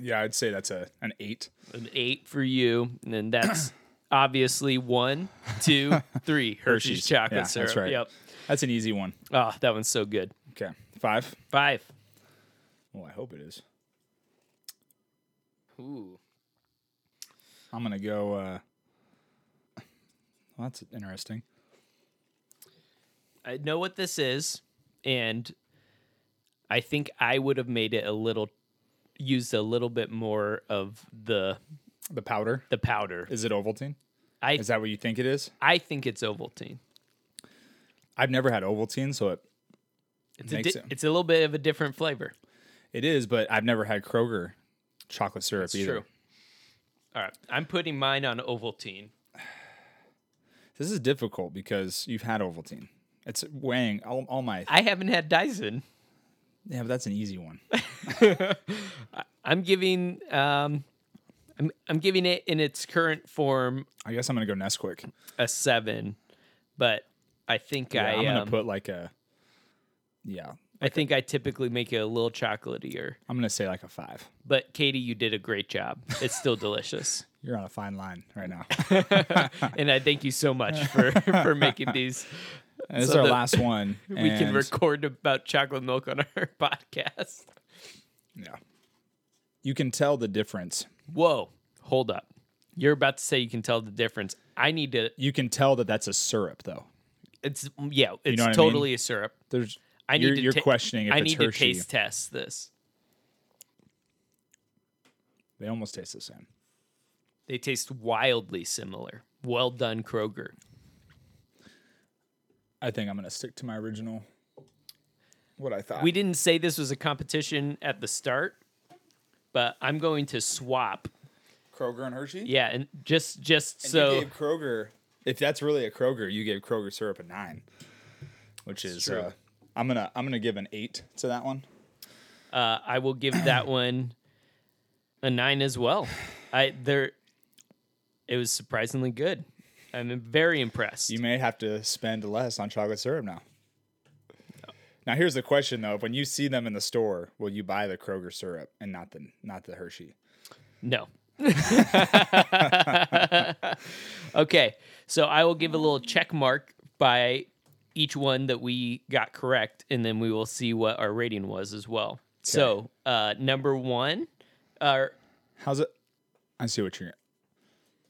Speaker 2: Yeah, I'd say that's a an eight.
Speaker 1: an eight for you and then that's obviously one two three hershey's,
Speaker 2: Hershey's.
Speaker 1: chocolate
Speaker 2: Yeah, that's
Speaker 1: syrup
Speaker 2: right.
Speaker 1: yep
Speaker 2: That's an easy one.
Speaker 1: oh that one's so good
Speaker 2: Okay, five.
Speaker 1: five
Speaker 2: Well, I hope it is.
Speaker 1: Ooh.
Speaker 2: I'm gonna go. uh well, that's interesting.
Speaker 1: I know what this is, and I think I would have made it a little, used a little bit more of the
Speaker 2: The powder
Speaker 1: the powder.
Speaker 2: is it Ovaltine?
Speaker 1: I
Speaker 2: Is that what you think it is?
Speaker 1: I think it's Ovaltine.
Speaker 2: I've never had Ovaltine, so it
Speaker 1: It's a
Speaker 2: Makes
Speaker 1: di-
Speaker 2: it-
Speaker 1: it's a little bit of a different flavor.
Speaker 2: it is. But I've never had Kroger chocolate syrup
Speaker 1: It's
Speaker 2: either.
Speaker 1: true. All right, I'm putting mine on Ovaltine.
Speaker 2: This is difficult because you've had Ovaltine. It's weighing all, all my.
Speaker 1: I haven't had Dyson.
Speaker 2: Yeah, but that's an easy one.
Speaker 1: I'm giving um, I'm I'm giving it in its current form
Speaker 2: I guess I'm gonna go Nesquik.
Speaker 1: a seven, but I think I
Speaker 2: I'm gonna
Speaker 1: um,
Speaker 2: put like a. Yeah,
Speaker 1: I think I typically make it a little chocolatier.
Speaker 2: I'm gonna say like a five.
Speaker 1: But Katie, you did a great job. It's still delicious.
Speaker 2: You're on a fine line right now. Uh.
Speaker 1: and I thank you so much for for making these.
Speaker 2: And this
Speaker 1: So
Speaker 2: is our
Speaker 1: the-
Speaker 2: last one.
Speaker 1: We can
Speaker 2: and-
Speaker 1: record about chocolate milk on our podcast.
Speaker 2: Yeah. You can tell the difference.
Speaker 1: Whoa, hold up. You're about to say you can tell the difference. I need to
Speaker 2: You can tell that that's a syrup, though.
Speaker 1: it's yeah, it's
Speaker 2: know what I mean?
Speaker 1: totally a syrup.
Speaker 2: There's.
Speaker 1: I need
Speaker 2: you're
Speaker 1: to
Speaker 2: you're
Speaker 1: ta-
Speaker 2: questioning if
Speaker 1: I
Speaker 2: it's
Speaker 1: need
Speaker 2: Hershey.
Speaker 1: to taste test this.
Speaker 2: They almost taste the same.
Speaker 1: They taste wildly similar. Well done, Kroger.
Speaker 2: I think I'm gonna stick to my original. What I thought.
Speaker 1: We didn't say this was a competition at the start, but I'm going to swap.
Speaker 2: Kroger and Hershey.
Speaker 1: Yeah, and just just so
Speaker 2: you gave Kroger, if that's really a Kroger, you gave Kroger syrup a nine, which is
Speaker 1: true.
Speaker 2: uh, I'm gonna I'm gonna give an eight to that one.
Speaker 1: Uh, I will give that one a nine as well. I there, it was surprisingly good. I'm very impressed.
Speaker 2: You may have to spend less on chocolate syrup now. Now here's the question though: When you see them in the store, will you buy the Kroger syrup and not the not the Hershey?
Speaker 1: no. okay, so I will give a little check mark by each one that we got correct, and then we will see what our rating was as well. So uh, number one, uh,
Speaker 2: How's it? I see what you're.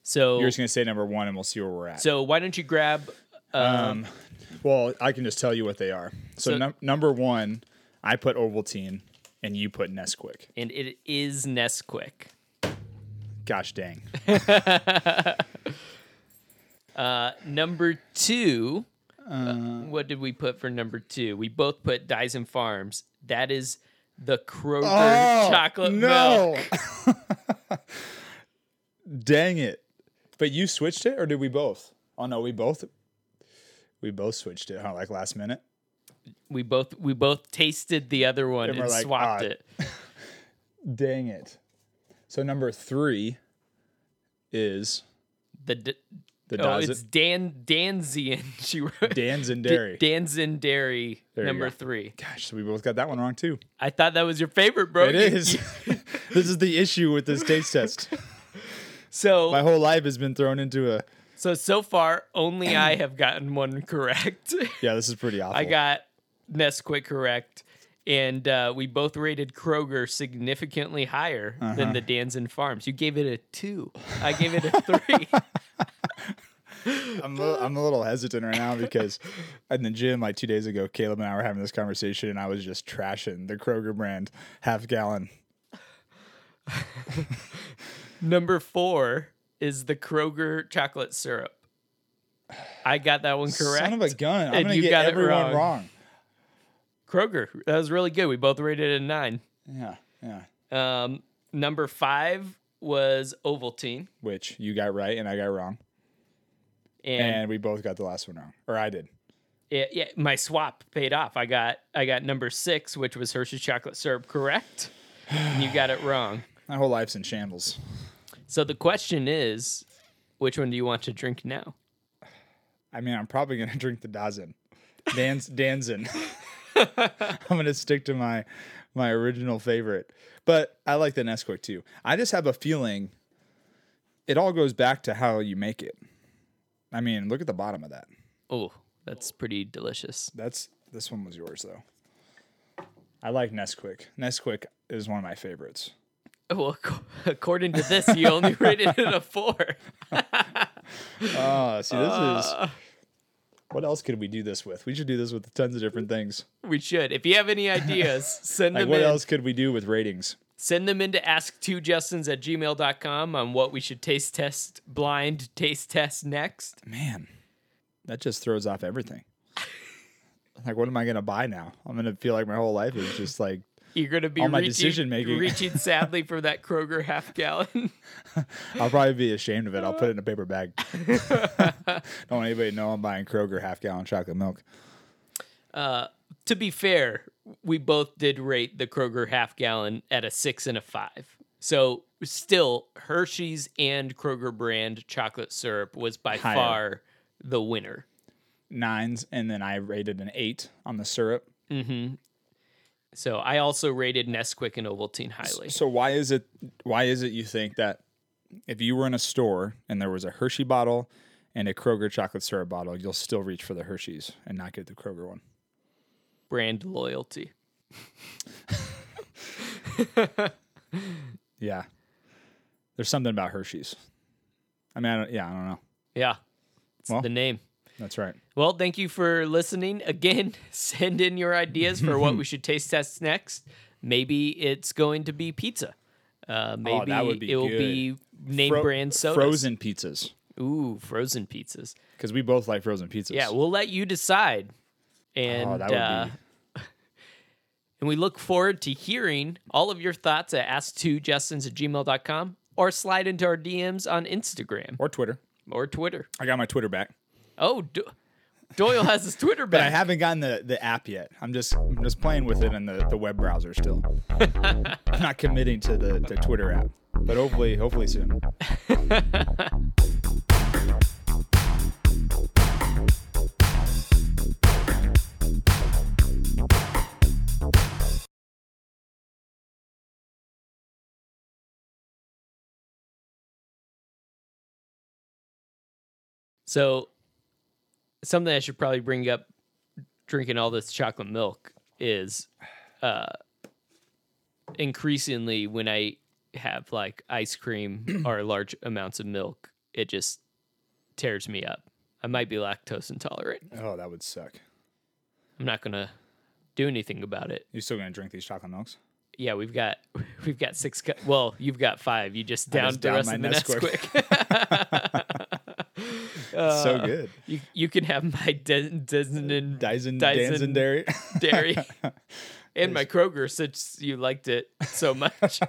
Speaker 1: so
Speaker 2: You're just gonna say number one, and we'll see where we're at.
Speaker 1: so why don't you grab?
Speaker 2: well, I can just tell you what they are. So,
Speaker 1: So-
Speaker 2: num- number one, I put Ovaltine, and you put Nesquik.
Speaker 1: And it is Nesquik.
Speaker 2: Gosh dang.
Speaker 1: Number two, uh, what did we put for number two? We both put Dyson Farms. That is the Kroger
Speaker 2: Oh,
Speaker 1: chocolate milk.
Speaker 2: Dang it. But you switched it or did we both? Oh no, we both we both switched it, huh? Like last minute.
Speaker 1: We both we both tasted the other one
Speaker 2: And
Speaker 1: and,
Speaker 2: we're like,
Speaker 1: swapped
Speaker 2: "Ah."
Speaker 1: it.
Speaker 2: Dang it. So number three is
Speaker 1: The d-
Speaker 2: the
Speaker 1: oh,
Speaker 2: Dazen-
Speaker 1: it's Dan Danzian. She wrote
Speaker 2: Danzan Dairy.
Speaker 1: Danzin Dairy
Speaker 2: you
Speaker 1: number
Speaker 2: go.
Speaker 1: three.
Speaker 2: Gosh, so we both got that one wrong too.
Speaker 1: I Oh, thought that was your favorite, bro.
Speaker 2: It
Speaker 1: You-
Speaker 2: is.
Speaker 1: you-
Speaker 2: this is the issue with this taste test.
Speaker 1: So
Speaker 2: My whole life has been thrown into a
Speaker 1: so so far only I have gotten one correct.
Speaker 2: yeah. This is pretty awful.
Speaker 1: I got Nesquik correct, and uh, we both rated Kroger significantly higher
Speaker 2: Uh-huh.
Speaker 1: than the Danzen Farms. You gave it a two. I gave it a three.
Speaker 2: I'm a, little- I'm a little hesitant right now because in the gym like two days ago, Caleb and I were having this conversation, and I was just trashing the Kroger brand half gallon.
Speaker 1: Number four is the Kroger chocolate syrup. I got that one correct.
Speaker 2: Son of a gun! I'm
Speaker 1: And
Speaker 2: gonna
Speaker 1: you
Speaker 2: get
Speaker 1: got it
Speaker 2: everyone
Speaker 1: wrong.
Speaker 2: wrong.
Speaker 1: Kroger. That was really good. We both rated it a nine.
Speaker 2: Yeah, yeah.
Speaker 1: Um, number five was Ovaltine,
Speaker 2: Which you got right and I got wrong,
Speaker 1: and,
Speaker 2: and we both got the last one wrong, or I did.
Speaker 1: it- yeah, my swap paid off. I got I got number six, which was Hershey's chocolate syrup, correct, and you got it wrong.
Speaker 2: My whole life's in shambles.
Speaker 1: So the question is, which one do you want to drink now?
Speaker 2: I mean, I'm probably gonna drink the dozen, Dan's Danzen. I'm gonna stick to my my original favorite, but I like the Nesquik too. I just have a feeling it all goes back to how you make it. I mean, look at the bottom of that.
Speaker 1: Oh, that's pretty delicious.
Speaker 2: That's this one was yours though. I like Nesquik. Nesquik is one of my favorites.
Speaker 1: Well, ac- according to this, you only rated it a four.
Speaker 2: Oh, see, this is. What else could we do this with? We should do this with tons of different things.
Speaker 1: We should. If you have any ideas, send
Speaker 2: Like,
Speaker 1: them
Speaker 2: what
Speaker 1: in.
Speaker 2: else could we do with ratings?
Speaker 1: Send them in to ask2justins at gmail.com on what we should taste test, blind taste test next.
Speaker 2: Man, that just throws off everything. like, what am I gonna buy now? I'm gonna feel like my whole life is just like
Speaker 1: You're going to be
Speaker 2: All my
Speaker 1: reaching,
Speaker 2: decision-making.
Speaker 1: reaching sadly for that Kroger half gallon.
Speaker 2: I'll probably be ashamed of it. I'll put it in a paper bag. Don't want anybody to know I'm buying Kroger half gallon chocolate milk.
Speaker 1: to be fair, we both did rate the Kroger half gallon at a six and a five. So still, Hershey's and Kroger brand chocolate syrup was by
Speaker 2: Higher.
Speaker 1: far the winner.
Speaker 2: Nines, and then I rated an eight on the syrup.
Speaker 1: So I also rated Nesquik and Ovaltine highly.
Speaker 2: So why is it? Why is it you think that if you were in a store and there was a Hershey bottle and a Kroger chocolate syrup bottle, you'll still reach for the Hershey's and not get the Kroger one?
Speaker 1: Brand loyalty.
Speaker 2: Yeah, there's something about Hershey's. I mean, I don't, yeah, I don't know.
Speaker 1: Yeah. It's
Speaker 2: Well.
Speaker 1: the name.
Speaker 2: That's right.
Speaker 1: Well, thank you for listening. Again, send in your ideas for what we should taste test next. Maybe it's going to be pizza. Uh, maybe
Speaker 2: Oh, that would be
Speaker 1: it will
Speaker 2: good.
Speaker 1: be name
Speaker 2: Fro-
Speaker 1: brand sodas.
Speaker 2: frozen pizzas
Speaker 1: Ooh, frozen pizzas.
Speaker 2: because we both like frozen pizzas.
Speaker 1: Yeah, we'll let you decide. And
Speaker 2: oh, that would
Speaker 1: uh,
Speaker 2: be
Speaker 1: and we look forward to hearing all of your thoughts at ask2justins at gmail.com or slide into our DMs on Instagram
Speaker 2: or Twitter.
Speaker 1: or Twitter.
Speaker 2: I got my Twitter back,
Speaker 1: Oh, Do- Doyle has his Twitter
Speaker 2: but I
Speaker 1: back.
Speaker 2: haven't gotten the, the app yet. I'm just I'm just playing with it in the, the web browser still. I'm not committing to the, the Twitter app, but hopefully hopefully soon.
Speaker 1: so, something I should probably bring up drinking all this chocolate milk is uh, increasingly when I have like ice cream or large amounts of milk, it just tears me up. I might be lactose intolerant.
Speaker 2: Oh, that would suck.
Speaker 1: I'm not gonna do anything about it.
Speaker 2: You still gonna drink these chocolate milks?
Speaker 1: Yeah, we've got we've got six. Cu- well, you've got five. You just downed
Speaker 2: just
Speaker 1: the rest
Speaker 2: downed my
Speaker 1: of the
Speaker 2: Nesquik.
Speaker 1: Nesquik. Uh,
Speaker 2: so good.
Speaker 1: you you can have my Den- Denon
Speaker 2: Dyson,
Speaker 1: Dyson-
Speaker 2: Dyson dairy.
Speaker 1: dairy and my Kroger since you liked it so much.